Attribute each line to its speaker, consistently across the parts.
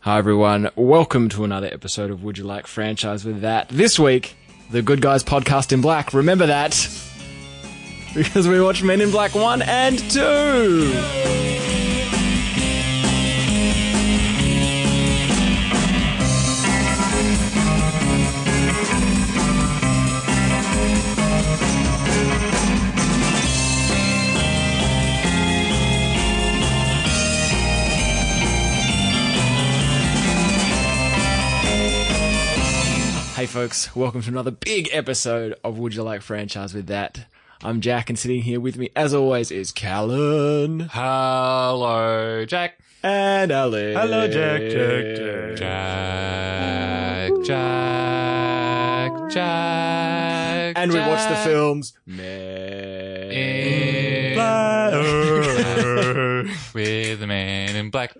Speaker 1: Hi, everyone. Welcome to another episode of Would You Like Franchise with That. This week, the Good Guys podcast in black. Remember that because we watched Men in Black 1 and 2. Hey folks, welcome to another big episode of Would You Like Franchise with That. I'm Jack and sitting here with me as always is Callan
Speaker 2: Hello, Jack.
Speaker 1: and Alex.
Speaker 3: Hello, Jack, Jack, Jack.
Speaker 2: Jack, Jack, Jack.
Speaker 1: And we watched the
Speaker 2: Jack.
Speaker 1: films Men
Speaker 2: In
Speaker 3: Black.
Speaker 2: with the man in black.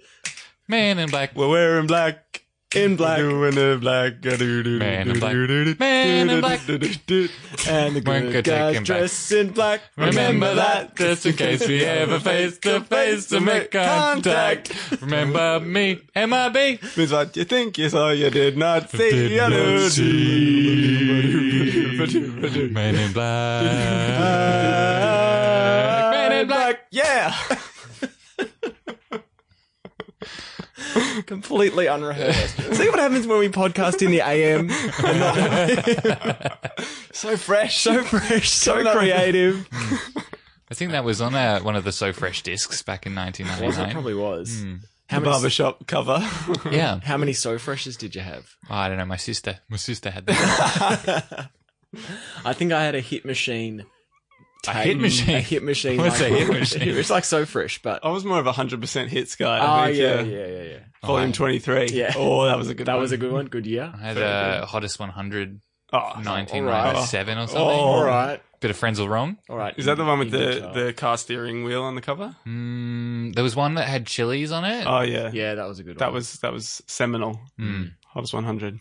Speaker 2: Man in black.
Speaker 3: We're wearing black.
Speaker 1: in Black
Speaker 3: Doing the black. Do-do-do-do-do-do-do-do-do.
Speaker 2: Man in black. Man in black.
Speaker 3: Do-do-do-do-do-do.
Speaker 1: and the
Speaker 2: Weren't
Speaker 1: Good
Speaker 2: gonna take
Speaker 1: Guys
Speaker 2: him back.
Speaker 1: dressed in black.
Speaker 2: Remember that, just in case we ever face to face to make contact. Remember me, MIB.
Speaker 3: Means what you think you saw, you did not see.
Speaker 2: Did
Speaker 3: You
Speaker 2: not
Speaker 3: do-
Speaker 2: see. Man in black. Man in black.
Speaker 3: Yeah.
Speaker 1: Completely unrehearsed. See what happens when we podcast in the AM. and not- so fresh, so fresh, so creative.
Speaker 2: I think that was on uh one of the So Fresh discs back in
Speaker 1: Was it
Speaker 2: 1999.
Speaker 1: probably was.
Speaker 2: Hmm.
Speaker 1: How
Speaker 3: The
Speaker 1: many
Speaker 3: barbershop cover.
Speaker 2: Yeah.
Speaker 1: how many so freshes did you have?
Speaker 2: Oh, I don't know. My sister, my sister had that.
Speaker 1: I think I had a hit machine.
Speaker 2: A
Speaker 1: tape-
Speaker 2: hit machine?
Speaker 1: A hit machine.
Speaker 2: What's
Speaker 1: like-
Speaker 2: a hit machine?
Speaker 1: It's like so fresh, but
Speaker 3: I was more of a 100% hits guy.
Speaker 1: oh
Speaker 3: Oh, I think,
Speaker 1: yeah, yeah, yeah, yeah.
Speaker 3: Volume 23.
Speaker 1: Yeah.
Speaker 3: Oh, that was a good
Speaker 1: That
Speaker 3: one.
Speaker 1: was a good one. Good year.
Speaker 2: I had a hottest 100,
Speaker 3: Oh,
Speaker 2: 1997 or something.
Speaker 3: Oh.
Speaker 1: All right,
Speaker 2: Bit of friends all wrong.
Speaker 1: all right.
Speaker 3: Is that the one with
Speaker 1: In
Speaker 3: the,
Speaker 1: guitar.
Speaker 3: the car steering wheel on the cover?
Speaker 2: Mm, there was one that had chilies on it.
Speaker 3: Oh yeah.
Speaker 1: Yeah, that was a good.
Speaker 3: That
Speaker 1: one.
Speaker 3: was that was seminal.
Speaker 2: Mm.
Speaker 3: Hobbs 100.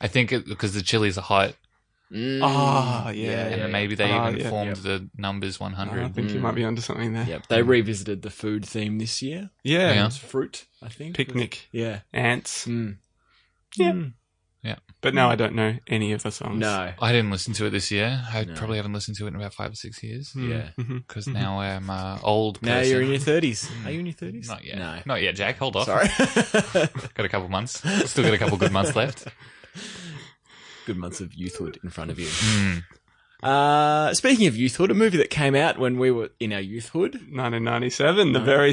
Speaker 2: I think it, because the chilies are hot,
Speaker 1: Mm.
Speaker 3: Ah, yeah.
Speaker 1: Yeah,
Speaker 2: and
Speaker 1: yeah.
Speaker 2: then maybe they
Speaker 3: Ah,
Speaker 2: even
Speaker 3: yeah.
Speaker 2: formed the numbers
Speaker 3: Ah, I
Speaker 2: 100.
Speaker 3: think you
Speaker 1: Mm.
Speaker 3: might be onto something there.
Speaker 1: Yep. They revisited the food theme this year.
Speaker 3: Yeah.
Speaker 2: Yeah.
Speaker 1: It's fruit, I think.
Speaker 3: Picnic
Speaker 1: Yeah.
Speaker 3: ants.
Speaker 1: Mm.
Speaker 3: Yeah.
Speaker 2: Mm. Yeah.
Speaker 3: But now I don't know any of the songs.
Speaker 1: No.
Speaker 2: I didn't listen to it this year. I
Speaker 1: No.
Speaker 2: probably haven't listened to it in about five or six years
Speaker 3: Mm,
Speaker 1: Yeah.
Speaker 3: mhm.
Speaker 2: because
Speaker 3: Mhm.
Speaker 2: now I'm uh, old. Person.
Speaker 1: Mm-hmm. Now you're in your thirties.
Speaker 3: Mm.
Speaker 1: Are you in your thirties?
Speaker 2: Not yet.
Speaker 1: No.
Speaker 2: Not yet, Jack. Hold off.
Speaker 1: Sorry.
Speaker 2: Got a couple months. Still got a couple good months left.
Speaker 1: Good months of youthhood in front of you.
Speaker 2: Mm.
Speaker 1: Uh, speaking of youthhood, a movie that came out when we were in our youthhood.
Speaker 3: 1997, the very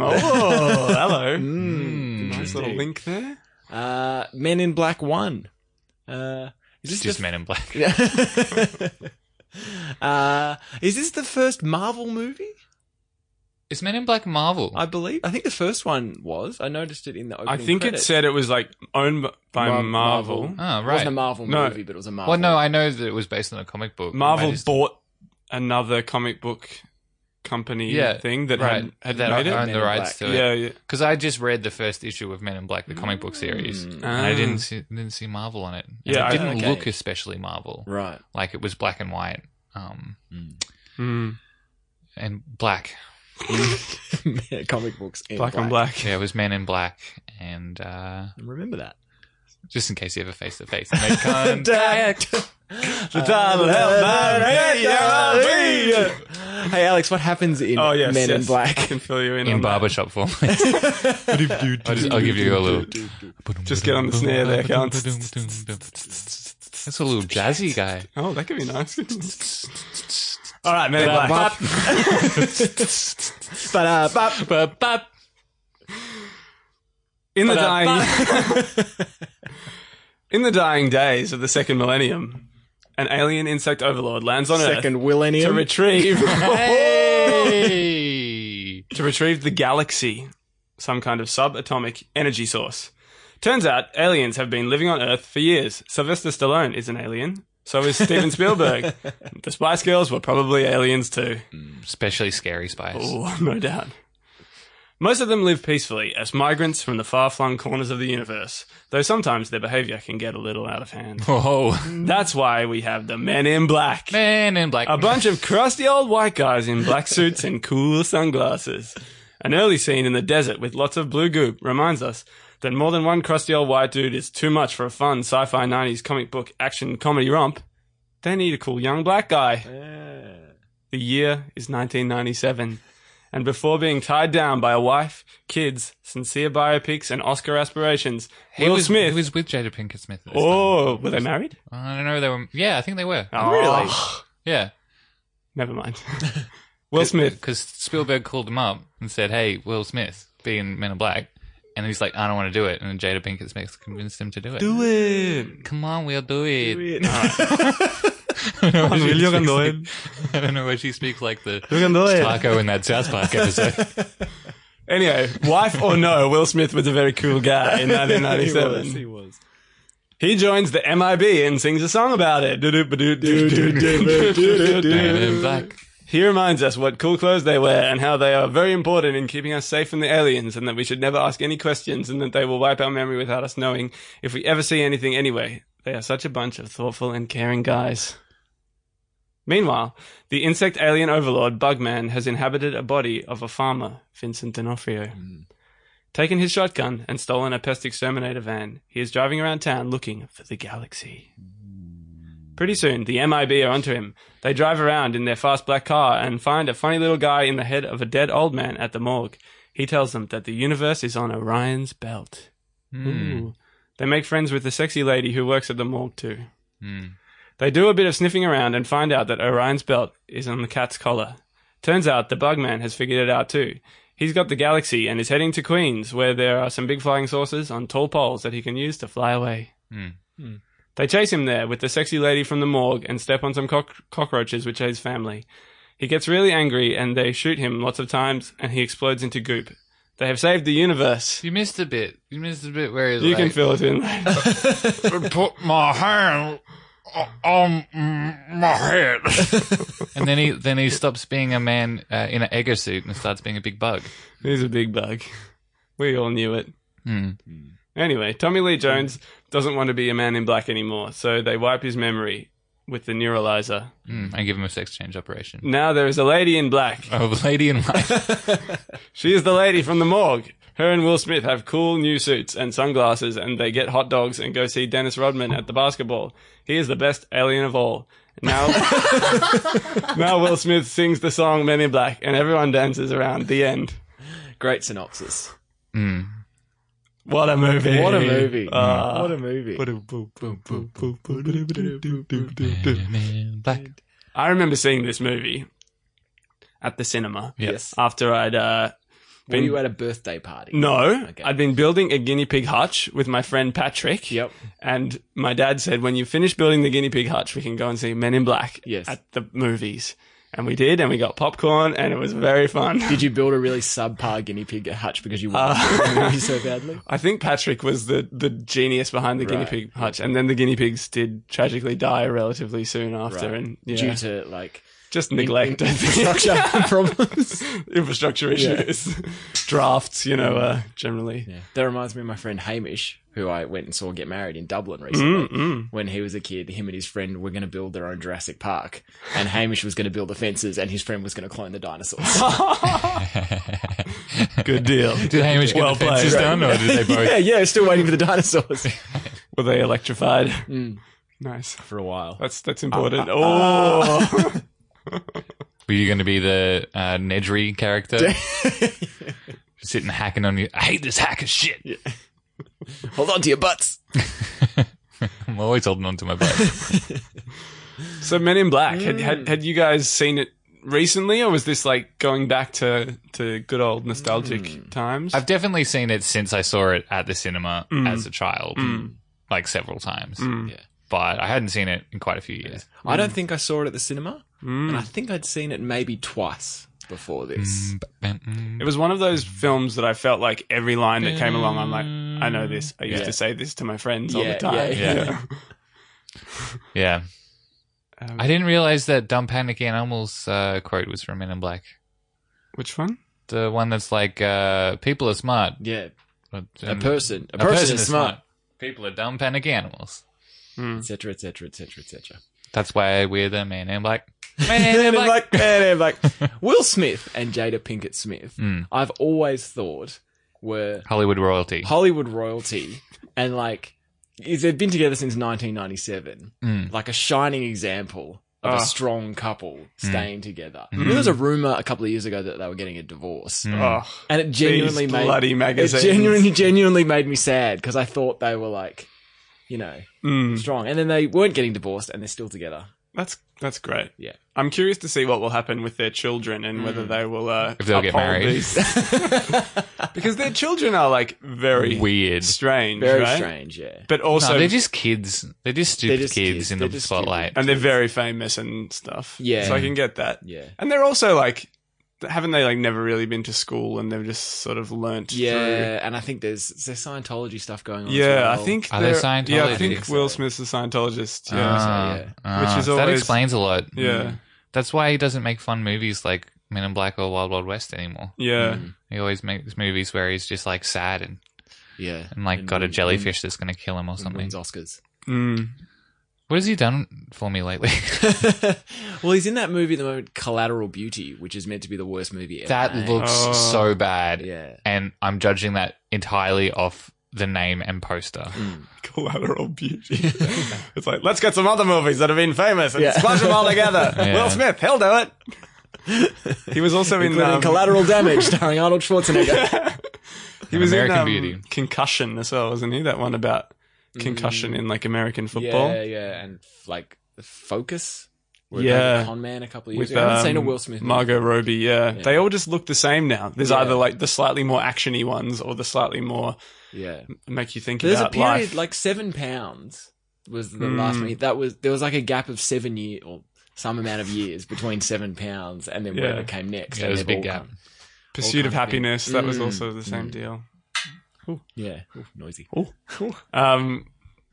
Speaker 3: Oh, hello.
Speaker 2: Mm.
Speaker 3: nice little link there.
Speaker 1: Hmm. Uh, Men in Black One. Uh, is this
Speaker 2: It's just
Speaker 1: the
Speaker 2: Men in Black.
Speaker 1: uh, is this the first Marvel movie?
Speaker 2: Is Men in Black Marvel?
Speaker 1: I believe. I think the first one was. I noticed it in the
Speaker 3: I
Speaker 1: opening.
Speaker 3: think uh, it
Speaker 1: credits.
Speaker 3: said it was like owned by
Speaker 1: Mar- Marvel.
Speaker 3: Marvel. Marvel,
Speaker 2: oh,
Speaker 1: It wasn't a
Speaker 2: right.
Speaker 1: Marvel
Speaker 3: No.
Speaker 1: movie, but it was a Marvel.
Speaker 2: Well, no, I know that it was based on a comic book. I just-
Speaker 3: bought another comic book company
Speaker 2: Yeah,
Speaker 3: thing that
Speaker 2: right,
Speaker 3: had, had
Speaker 2: that
Speaker 3: made it.
Speaker 2: owned
Speaker 1: Men
Speaker 2: the
Speaker 1: in
Speaker 2: rights
Speaker 1: Black.
Speaker 2: to
Speaker 3: yeah,
Speaker 2: it.
Speaker 3: yeah.
Speaker 2: Because I just read the first issue of Men in Black, the comic book series,
Speaker 1: Mm.
Speaker 2: and I
Speaker 3: Ah.
Speaker 2: didn't see didn't see Marvel on it. And it
Speaker 3: Yeah, I-
Speaker 2: didn't
Speaker 1: okay.
Speaker 2: look especially Marvel.
Speaker 1: right.
Speaker 2: Like it was black and white, um, Hmm.
Speaker 3: Mm.
Speaker 2: and black.
Speaker 1: Comic books. In
Speaker 3: Black,
Speaker 1: black
Speaker 3: on black.
Speaker 2: Yeah, it was Men in Black, and uh,
Speaker 1: Remember that.
Speaker 2: just in case you ever face to face, make contact.
Speaker 3: The title held by
Speaker 1: Hey Alex, what happens in
Speaker 3: Oh yes,
Speaker 1: Men in
Speaker 3: yes. I
Speaker 1: Black?
Speaker 3: can fill you in.
Speaker 2: in
Speaker 3: on that.
Speaker 2: barbershop form. I'll, just, I'll give you a little.
Speaker 3: Just get on the snare there, Colin.
Speaker 2: That's a little jazzy guy.
Speaker 3: Oh, that could be nice. All right, Men in
Speaker 2: Bop, bop.
Speaker 3: Black.
Speaker 1: Ba-da-bop.
Speaker 2: Bop, bop.
Speaker 3: In the dying, in the dying days of the second millennium, an alien insect overlord lands on Earth
Speaker 1: Second
Speaker 3: to
Speaker 1: millennium.
Speaker 3: retrieve
Speaker 2: Hey!
Speaker 3: to retrieve the galaxy, some kind of subatomic energy source. Turns out aliens have been living on Earth for years. Sylvester Stallone is an alien. So is Steven Spielberg. the Spice Girls were probably aliens too.
Speaker 2: Especially scary spice.
Speaker 3: Oh, no doubt. Most of them live peacefully as migrants from the far flung corners of the universe, though sometimes their behavior can get a little out of hand.
Speaker 2: Whoa.
Speaker 3: That's why we have the men in black.
Speaker 2: Oh. Man in black.
Speaker 3: A bunch of crusty old white guys in black suits and cool sunglasses. An early scene in the desert with lots of blue goop reminds us that more than one crusty old white dude is too much for a fun sci fi 90s comic book action comedy romp. They need a cool young black guy. The year is 1997. And before being tied down by a wife, kids, sincere biopics, and Oscar aspirations,
Speaker 2: He
Speaker 3: Will
Speaker 2: was,
Speaker 3: Smith.
Speaker 2: He was with Jada Pinkett Smith. at this
Speaker 3: oh, Ah. were they married?
Speaker 2: time. I don't know. They were. Yeah, I think they were.
Speaker 3: Really?
Speaker 2: Yeah.
Speaker 3: Never mind. Will Smith.
Speaker 2: Because Spielberg called him up and said, "Hey, Will Smith, be in Men in Black," and he's like, "I don't want to do it." And Jada Pinkett Smith convinced him to do it.
Speaker 3: Do it.
Speaker 2: Come on, we'll do it.
Speaker 3: Come on, Will, you're gonna do it.
Speaker 2: I don't know why she speaks like the
Speaker 3: You're gonna do it.
Speaker 2: taco in that South Park episode.
Speaker 3: Anyway, wife or no, Will Smith was a very cool guy in
Speaker 1: he
Speaker 3: 1997.
Speaker 1: was. He was.
Speaker 3: He joins the MIB and sings a song about it.
Speaker 2: Men in Black.
Speaker 3: He reminds us what cool clothes they wear and how they are very important in keeping us safe from the aliens and that we should never ask any questions and that they will wipe our memory without us knowing if we ever see anything anyway. They are such a bunch of thoughtful and caring guys. Meanwhile, the insect alien overlord Bugman has inhabited a body of a farmer, Vincent D'Onofrio. Taken his shotgun and stolen a pest exterminator van, he is driving around town looking for the galaxy. Pretty soon, the MIB are onto him. They drive around in their fast black car and find a funny little guy in the head of a dead old man at the morgue. He tells them that the universe is on Orion's belt.
Speaker 2: Hmm.
Speaker 3: Ooh. They make friends with the sexy lady who works at the morgue too.
Speaker 2: Hmm.
Speaker 3: They do a bit of sniffing around and find out that Orion's belt is on the cat's collar. Turns out the Bugman has figured it out too. He's got the galaxy and is heading to Queens, where there are some big flying saucers on tall poles that he can use to fly away. They chase him there with the sexy lady from the morgue and step on some cock- cockroaches, which are his family. He gets really angry and they shoot him lots of times and he explodes into goop. They have saved the universe.
Speaker 2: You missed a bit. You missed a bit where he's
Speaker 3: You
Speaker 2: like,
Speaker 3: can fill it in.
Speaker 2: put my hand on my head. and then he then he stops being a man uh, in an egger suit and starts being a big bug.
Speaker 3: He's a big bug. We all knew it.
Speaker 2: Hmm.
Speaker 3: Anyway, Tommy Lee Jones doesn't want to be a man in black anymore, so they wipe his memory with the neuralizer.
Speaker 2: Mm, and give him a sex change operation.
Speaker 3: Now there is a lady in black.
Speaker 2: Oh, lady in white.
Speaker 3: She is the lady from the morgue. Her and Will Smith have cool new suits and sunglasses, and they get hot dogs and go see Dennis Rodman at the basketball. He is the best alien of all. Now, now Will Smith sings the song Men in Black, and everyone dances around. The end.
Speaker 1: Great synopsis.
Speaker 2: Mm.
Speaker 3: What a movie!
Speaker 1: What a movie.
Speaker 3: Ah.
Speaker 1: what a movie.
Speaker 2: Black.
Speaker 3: I remember seeing this movie at the cinema
Speaker 1: Yes.
Speaker 3: after I'd uh,
Speaker 1: Were you at a birthday party?
Speaker 3: no,
Speaker 1: Okay.
Speaker 3: I'd been building a guinea pig hutch with my friend Patrick.
Speaker 1: Yep.
Speaker 3: And my dad said, when you finish building the guinea pig hutch, we can go and see Men in Black
Speaker 1: Yes.
Speaker 3: at the movies. And we did, and we got popcorn, and it was very fun.
Speaker 1: Did you build a really subpar guinea pig hutch because
Speaker 3: Ah.
Speaker 1: you wanted to do the movie so badly?
Speaker 3: I think Patrick was the, the genius behind the guinea
Speaker 1: Right.
Speaker 3: pig hutch, and then the guinea pigs did tragically die relatively soon after,
Speaker 1: Right.
Speaker 3: and yeah,
Speaker 1: Due to like
Speaker 3: just neglect I think.
Speaker 1: structure problems.
Speaker 3: infrastructure issues, drafts, you know, uh, generally.
Speaker 1: Yeah. That reminds me of my friend Hamish, who I went and saw get married in Dublin
Speaker 3: Mm,
Speaker 1: recently. When he was a kid, him and his friend were going to build their own Jurassic Park, and Hamish was going to build the fences, and his friend was going to clone the dinosaurs.
Speaker 3: Good deal.
Speaker 2: Did Hamish get
Speaker 3: Well
Speaker 2: the fences
Speaker 3: played.
Speaker 2: done, or did they both?
Speaker 1: yeah, yeah, still waiting for the dinosaurs
Speaker 3: Were they electrified? Nice.
Speaker 1: for a while.
Speaker 3: That's that's important. oh,
Speaker 2: Were you going to be the uh, Nedry character? Sitting hacking on you. I hate this hacker shit.
Speaker 1: Hold on to your butts.
Speaker 2: I'm always holding on to my butt.
Speaker 3: so Men in Black. Had, had had you guys seen it recently, or was this like going back to to good old nostalgic times?
Speaker 2: I've definitely seen it since I saw it at the cinema as a child, like several times.
Speaker 3: Mm,
Speaker 1: Yeah.
Speaker 2: But I hadn't seen it in quite a few years.
Speaker 1: I don't think I saw it at the cinema,
Speaker 3: mm.
Speaker 1: and I think I'd seen it maybe twice before this.
Speaker 2: Mm,
Speaker 3: it was one of those films that I felt like every line that came along, I'm like, I know this. I used
Speaker 1: Yeah.
Speaker 3: to say this to my friends all
Speaker 1: Yeah,
Speaker 3: the time.
Speaker 1: yeah,
Speaker 2: yeah. Yeah.
Speaker 3: Um,
Speaker 2: I didn't realize that Dumb Panicky Animals uh, quote was from Men in Black.
Speaker 3: Which one?
Speaker 2: The one that's like, uh, people are smart.
Speaker 1: Yeah,
Speaker 2: but,
Speaker 1: a
Speaker 2: um,
Speaker 1: person, a, person, is smart,
Speaker 3: Mm.
Speaker 2: People are dumb, panicky animals.
Speaker 1: etc., etc., etc., etc.
Speaker 2: That's why we're the man in black.
Speaker 1: Man in
Speaker 2: Man in black.
Speaker 1: black, man in black. Will Smith and Jada Pinkett Smith, I've always thought were
Speaker 2: Mm. Hollywood royalty.
Speaker 1: Hollywood royalty and like they've been together since 1997.
Speaker 2: Mm.
Speaker 1: Like a shining example of
Speaker 3: Ah. Hmm.
Speaker 1: a strong couple staying together. There was a rumor a couple of years ago that they were getting a divorce.
Speaker 3: Oh,
Speaker 1: And it genuinely
Speaker 3: These
Speaker 1: made
Speaker 3: bloody magazines.
Speaker 1: It genuinely genuinely made me sad because I thought they were like, you know,
Speaker 3: mm,
Speaker 1: strong. And then they weren't getting divorced and they're still together.
Speaker 3: that's that's great.
Speaker 1: Yeah. Mm.
Speaker 3: I'm curious to see what will happen with their children and whether they will uh,
Speaker 2: If they'll get
Speaker 3: uphold
Speaker 2: married.
Speaker 3: these- because their children are like very
Speaker 2: Weird.
Speaker 3: strange,
Speaker 1: Very
Speaker 3: right?
Speaker 1: strange, yeah.
Speaker 3: But also,
Speaker 2: no, they're just kids. They're just stupid
Speaker 1: just
Speaker 2: kids,
Speaker 1: kids.
Speaker 2: in
Speaker 1: They're
Speaker 2: the
Speaker 1: just
Speaker 2: spotlight.
Speaker 3: and they're very famous and stuff.
Speaker 1: Yeah.
Speaker 3: so I can get that.
Speaker 1: Yeah.
Speaker 3: And they're also like, haven't they like never really been to school and they've just sort of learnt?
Speaker 1: Yeah,
Speaker 3: through-
Speaker 1: and I think there's there's Scientology stuff going on. as
Speaker 3: yeah. I
Speaker 1: well.
Speaker 3: think
Speaker 2: Are they
Speaker 3: they're- Yeah, I
Speaker 2: Scientology?
Speaker 3: think Will Smith's a Scientologist. Yeah.
Speaker 2: Ah,
Speaker 1: so, yeah.
Speaker 2: ah,
Speaker 3: Which is
Speaker 2: that
Speaker 3: always-
Speaker 2: explains a lot. Mm.
Speaker 3: Yeah.
Speaker 2: That's why he doesn't make fun movies like Men in Black or Wild Wild West anymore.
Speaker 1: Mm,
Speaker 3: Yeah.
Speaker 2: He always makes movies where he's just like sad and,
Speaker 1: yeah,
Speaker 2: and like
Speaker 1: And
Speaker 2: got a
Speaker 1: win-
Speaker 2: jellyfish that's going to kill him or
Speaker 1: and
Speaker 2: something.
Speaker 1: wins Oscars.
Speaker 3: Mm.
Speaker 2: What has he done for me lately?
Speaker 1: well, he's in that movie at the moment, Collateral Beauty, which is meant to be the worst movie ever.
Speaker 2: that
Speaker 1: made.
Speaker 2: looks
Speaker 3: Oh.
Speaker 2: so bad.
Speaker 1: yeah.
Speaker 2: And I'm judging that entirely off the name and poster.
Speaker 1: Mm.
Speaker 3: Collateral Beauty. it's like, let's get some other movies that have been famous and
Speaker 1: Yeah.
Speaker 3: splash them all together.
Speaker 2: Yeah.
Speaker 3: Will Smith, he'll do it. He was also in
Speaker 1: Including
Speaker 3: um,
Speaker 1: Collateral Damage, starring Arnold Schwarzenegger.
Speaker 3: He was
Speaker 2: American
Speaker 3: in um,
Speaker 2: Beauty.
Speaker 3: Concussion as well, wasn't he? That one about concussion in like American football.
Speaker 1: Mm. Yeah, yeah, and like Focus. with
Speaker 3: Yeah.
Speaker 1: David Con Man a couple of years
Speaker 3: With
Speaker 1: ago. I haven't seen a
Speaker 3: um,
Speaker 1: Will Smith. movie.
Speaker 3: Margot Robbie, yeah. They all just look the same now. There's
Speaker 1: Yeah.
Speaker 3: either like the slightly more actiony ones or the slightly more
Speaker 1: Yeah,
Speaker 3: make you think
Speaker 1: there's a
Speaker 3: about
Speaker 1: period
Speaker 3: life. Hmm.
Speaker 1: like Seven Pounds was the last movie that was there was like a gap of seven year or some amount of years between Seven Pounds and then
Speaker 3: Yeah.
Speaker 1: whatever came next.
Speaker 2: Yeah,
Speaker 1: and
Speaker 2: there's a
Speaker 1: they've
Speaker 2: big
Speaker 1: all
Speaker 2: gap.
Speaker 1: come.
Speaker 3: Pursuit of
Speaker 2: kind of thing.
Speaker 3: Happiness, that was
Speaker 1: Mm,
Speaker 3: also the same
Speaker 1: mm.
Speaker 3: deal.
Speaker 1: Yeah, Ooh, noisy.
Speaker 3: Um,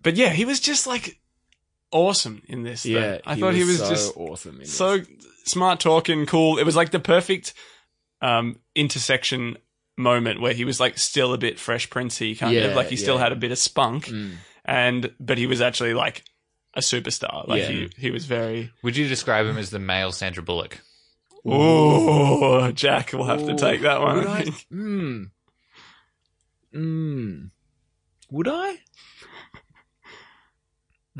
Speaker 3: but yeah, he was just like awesome in this. though.
Speaker 1: Yeah,
Speaker 3: I thought he was
Speaker 1: so
Speaker 3: just
Speaker 1: awesome. in this.
Speaker 3: so smart talking, cool. It was like the perfect um, intersection moment where he was like still a bit Fresh Princey kind
Speaker 1: Yeah,
Speaker 3: of like he still
Speaker 1: yeah.
Speaker 3: had a bit of spunk,
Speaker 1: Mm.
Speaker 3: and but he was actually like a superstar. Like
Speaker 1: Yeah.
Speaker 3: he he was very.
Speaker 2: Would you describe him as the male Sandra Bullock?
Speaker 3: Ooh, Jack will have to
Speaker 1: Ooh,
Speaker 3: take that one.
Speaker 1: Would
Speaker 3: I
Speaker 1: I?
Speaker 3: think.
Speaker 1: Mm. Mm. Would I?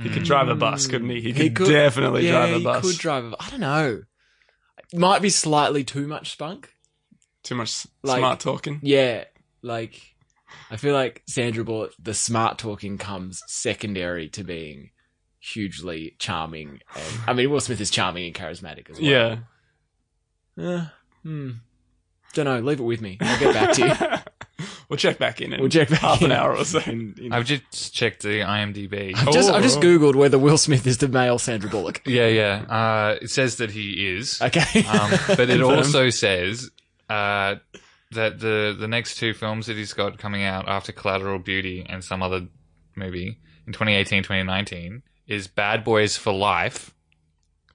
Speaker 3: He could
Speaker 2: Mm.
Speaker 3: drive a bus,
Speaker 1: Mm.
Speaker 3: couldn't he? He
Speaker 1: He
Speaker 3: could,
Speaker 1: could-
Speaker 3: definitely
Speaker 1: yeah,
Speaker 3: drive a
Speaker 1: you
Speaker 3: bus.
Speaker 1: could drive a. I don't know. It might be slightly too much spunk.
Speaker 3: Too much s-
Speaker 1: Like-
Speaker 3: smart talking.
Speaker 1: Yeah, like I feel like Sandra Bullock, the smart talking comes secondary to being hugely charming. And I mean, Will Smith is charming and charismatic as well.
Speaker 3: Yeah.
Speaker 1: Uh, hmm. Don't know. Leave it with me. I'll get back to you.
Speaker 3: we'll check back in in
Speaker 1: We'll check back
Speaker 3: half an
Speaker 1: in.
Speaker 3: hour or so.
Speaker 2: I've just checked the IMDb.
Speaker 1: I've just, I've just
Speaker 3: Oh.
Speaker 1: googled whether Will Smith is the male Sandra Bullock.
Speaker 2: Yeah, yeah. Uh, it says that he is,
Speaker 1: Okay.
Speaker 2: um, but it
Speaker 3: Confirmed.
Speaker 2: also says uh, that the the next two films that he's got coming out after Collateral Beauty and some other movie in 2018, 2019 is Bad Boys for Life,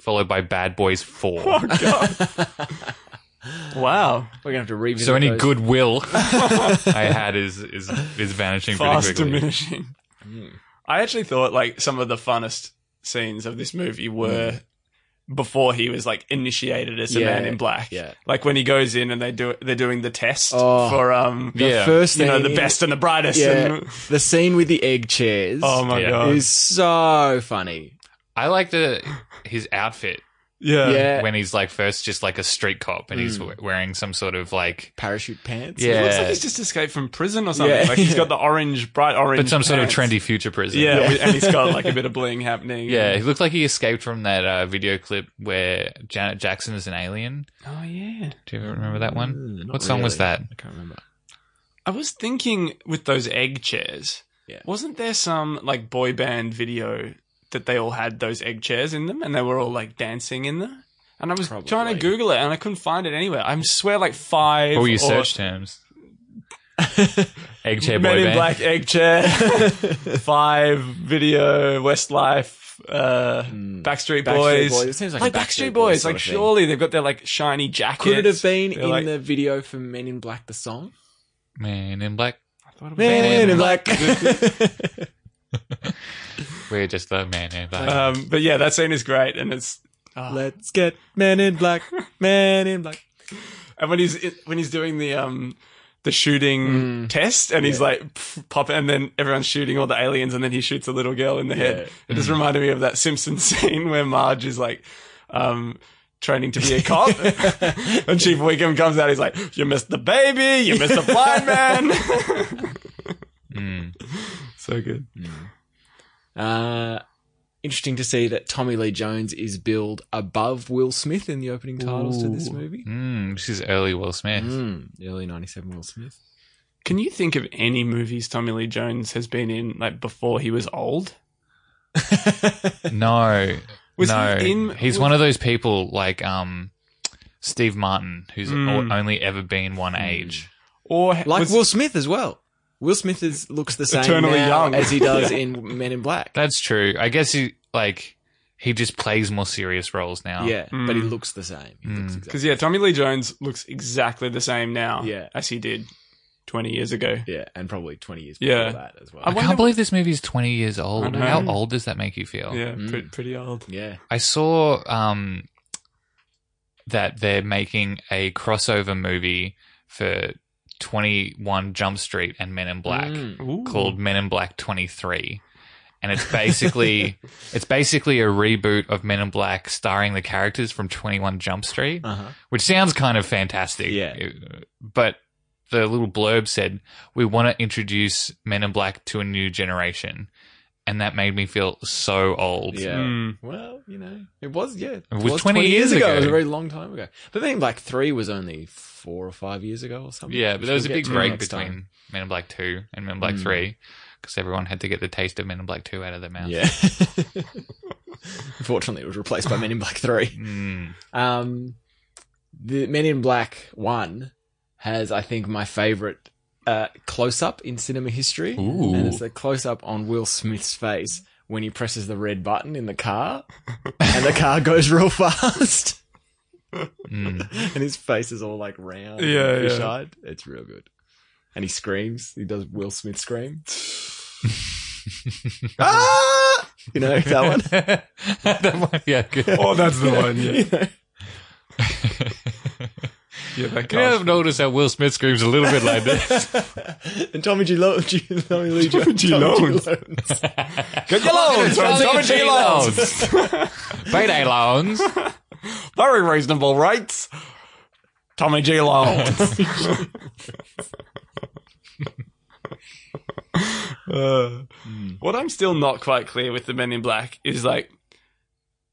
Speaker 2: followed by Bad Boys Four.
Speaker 3: Oh, God. wow.
Speaker 1: We're gonna have to revisit.
Speaker 2: so any
Speaker 1: those. Hmm,
Speaker 2: goodwill I had is is is vanishing
Speaker 3: Fast
Speaker 2: pretty quickly.
Speaker 3: diminishing.
Speaker 1: Mm.
Speaker 3: I actually thought like some of the funnest scenes of this movie were before he was like initiated as a
Speaker 1: Mm. Yeah.
Speaker 3: man in black.
Speaker 1: Yeah.
Speaker 3: Like when he goes in and they do they're doing the test
Speaker 1: Oh.
Speaker 3: for um
Speaker 1: The
Speaker 2: Yeah.
Speaker 1: first
Speaker 3: you
Speaker 1: thing,
Speaker 3: know the best and the brightest
Speaker 1: Yeah.
Speaker 3: and
Speaker 1: The scene with the egg chairs.
Speaker 3: oh my
Speaker 2: Yeah.
Speaker 3: god.
Speaker 1: is so funny.
Speaker 2: I like the his outfit
Speaker 3: Yeah. Mm.
Speaker 1: yeah.
Speaker 2: when he's like first just like a street cop and he's w- wearing some sort of like
Speaker 1: Parachute pants.
Speaker 2: Yeah.
Speaker 3: It looks like he's just escaped from prison or something.
Speaker 1: Yeah.
Speaker 3: Like he's got the orange, bright orange.
Speaker 2: but some sort of
Speaker 3: pants.
Speaker 2: trendy future prison.
Speaker 3: Yeah,
Speaker 1: Yeah.
Speaker 3: with- and he's got like a bit of bling happening.
Speaker 2: Yeah, he looked like he escaped from that uh, video clip where Janet Jackson is an alien.
Speaker 3: Oh yeah.
Speaker 2: Do you remember that one?
Speaker 1: Mm, not
Speaker 2: What song was
Speaker 1: really.
Speaker 2: that?
Speaker 1: I can't remember.
Speaker 3: I was thinking with those egg chairs,
Speaker 1: Yeah.
Speaker 3: wasn't there some like boy band video that they all had those egg chairs in them and they were all like dancing in them? And I was
Speaker 1: Probably.
Speaker 3: trying to Google it and I couldn't find it anywhere. I swear, like five.
Speaker 2: What were your
Speaker 3: or-
Speaker 2: search terms? Egg chair boy
Speaker 3: Men in
Speaker 2: band.
Speaker 3: Black egg chair, five video Westlife, uh,
Speaker 1: Mm. Backstreet
Speaker 3: Backstreet, Boys,
Speaker 1: Boys. It seems like a
Speaker 3: like
Speaker 1: Backstreet
Speaker 3: Backstreet,
Speaker 1: Boys
Speaker 3: Boys.
Speaker 1: sort
Speaker 3: Like
Speaker 1: of thing.
Speaker 3: surely they've got their like shiny jackets.
Speaker 1: Could it have been
Speaker 3: They're
Speaker 1: in
Speaker 3: like-
Speaker 1: the video for Men in Black the song?
Speaker 2: Man in black.
Speaker 3: I thought it was-
Speaker 1: Men in Black.
Speaker 2: We're just the man in black.
Speaker 3: Um, but yeah, that scene is great, and it's oh.
Speaker 1: Let's get Men in Black, Men in Black.
Speaker 3: and when he's when he's doing the um the shooting
Speaker 1: Mm.
Speaker 3: test, and he's
Speaker 1: Yeah.
Speaker 3: like pff, pop, and then everyone's shooting all the aliens, and then he shoots a little girl in the head. It just
Speaker 2: Mm.
Speaker 3: reminded me of that Simpson scene where Marge is like um training to be a cop, and Chief Wiggum comes out. He's like, "You missed the baby, you missed the blind man."
Speaker 2: Mm.
Speaker 3: so good.
Speaker 1: Uh, interesting to see that Tommy Lee Jones is billed above Will Smith in the opening titles to this
Speaker 3: Ooh.
Speaker 1: movie.
Speaker 2: Mm, this is early Will Smith.
Speaker 1: Mm, early 97 Will Smith.
Speaker 3: Can you think of any movies Tommy Lee Jones has been in like before he was old?
Speaker 2: No,
Speaker 3: Was
Speaker 2: no.
Speaker 3: he in?
Speaker 2: He's
Speaker 3: was-
Speaker 2: one of those people like um, Steve Martin, who's
Speaker 3: Mm.
Speaker 2: o- only ever been one
Speaker 1: Mm.
Speaker 2: age.
Speaker 3: or
Speaker 1: Like
Speaker 3: was-
Speaker 1: Will Smith as well. Will Smith is, looks the same
Speaker 3: Eternally
Speaker 1: now
Speaker 3: young.
Speaker 1: as he does in Men in Black.
Speaker 2: That's true. I guess he like he just plays more serious roles now.
Speaker 1: yeah, but he
Speaker 3: Mm.
Speaker 1: looks the same. He
Speaker 2: Mm.
Speaker 1: looks
Speaker 3: Because
Speaker 1: exactly.
Speaker 3: yeah, Tommy Lee Jones looks exactly the same now
Speaker 1: Yeah.
Speaker 3: as he did 20 years ago.
Speaker 1: Yeah, and probably 20 years before
Speaker 3: Yeah.
Speaker 1: that as well.
Speaker 2: I,
Speaker 3: I wonder-
Speaker 2: can't believe this movie's twenty years old.
Speaker 3: know.
Speaker 2: How old does that make you feel?
Speaker 3: Yeah,
Speaker 1: Mm.
Speaker 3: pre- pretty old.
Speaker 1: yeah.
Speaker 2: I saw um, that they're making a crossover movie for Twenty One Jump Street and Men in Black
Speaker 1: Mm.
Speaker 3: Ooh.
Speaker 2: called Men in Black Twenty Three, and it's basically it's basically a reboot of Men in Black starring the characters from Twenty One Jump Street
Speaker 1: Uh-huh.
Speaker 2: which sounds kind of fantastic.
Speaker 1: Yeah.
Speaker 2: It- But the little blurb said, "We want to introduce Men in Black to a new generation," and that made me feel so old.
Speaker 1: Yeah.
Speaker 3: Mm.
Speaker 1: Well, you know, it was, yeah. It,
Speaker 2: was 20 years ago.
Speaker 1: It was a very long time ago. But then, like, three was only four or five years ago or something.
Speaker 2: Yeah, but
Speaker 1: which
Speaker 2: there was a
Speaker 1: we'll
Speaker 2: big
Speaker 1: get to
Speaker 2: break
Speaker 1: next
Speaker 2: between
Speaker 1: time.
Speaker 2: Men in Black Two and Men in Black
Speaker 1: Mm.
Speaker 2: Three because everyone had to get the taste of Men in Black Two out of their mouth.
Speaker 1: Yeah. Unfortunately, it was replaced by Men in Black 3.
Speaker 2: Mm.
Speaker 1: Um, the Men in Black 1 has, I think, my favorite uh, close up in cinema history.
Speaker 2: Ooh.
Speaker 1: And it's the close up on Will Smith's face when he presses the red button in the car and the car goes real fast.
Speaker 2: Mm.
Speaker 1: and his face is all like round,
Speaker 3: Yeah,
Speaker 1: yeah,
Speaker 3: yeah.
Speaker 1: fish-eyed. It's real good. And he screams. He does Will Smith scream. ah! You know that one.
Speaker 2: that one, yeah, good.
Speaker 3: Oh, that's the one. Yeah,
Speaker 1: You know?
Speaker 3: yeah
Speaker 2: You
Speaker 3: that
Speaker 2: know,
Speaker 3: cast.
Speaker 2: I've noticed how Will Smith screams a little bit like this.
Speaker 1: and Tommy G. Lo- G- Tommy Lee Jones.
Speaker 3: Tommy G. Lones.
Speaker 1: Lones.
Speaker 3: Get your loans from
Speaker 2: Tommy
Speaker 3: Tommy
Speaker 2: G.
Speaker 3: G. Loans.
Speaker 2: Payday loans.
Speaker 3: Very reasonable rates. Tommy G. Loans. Uh, what I'm still not quite clear with the Men in Black is like,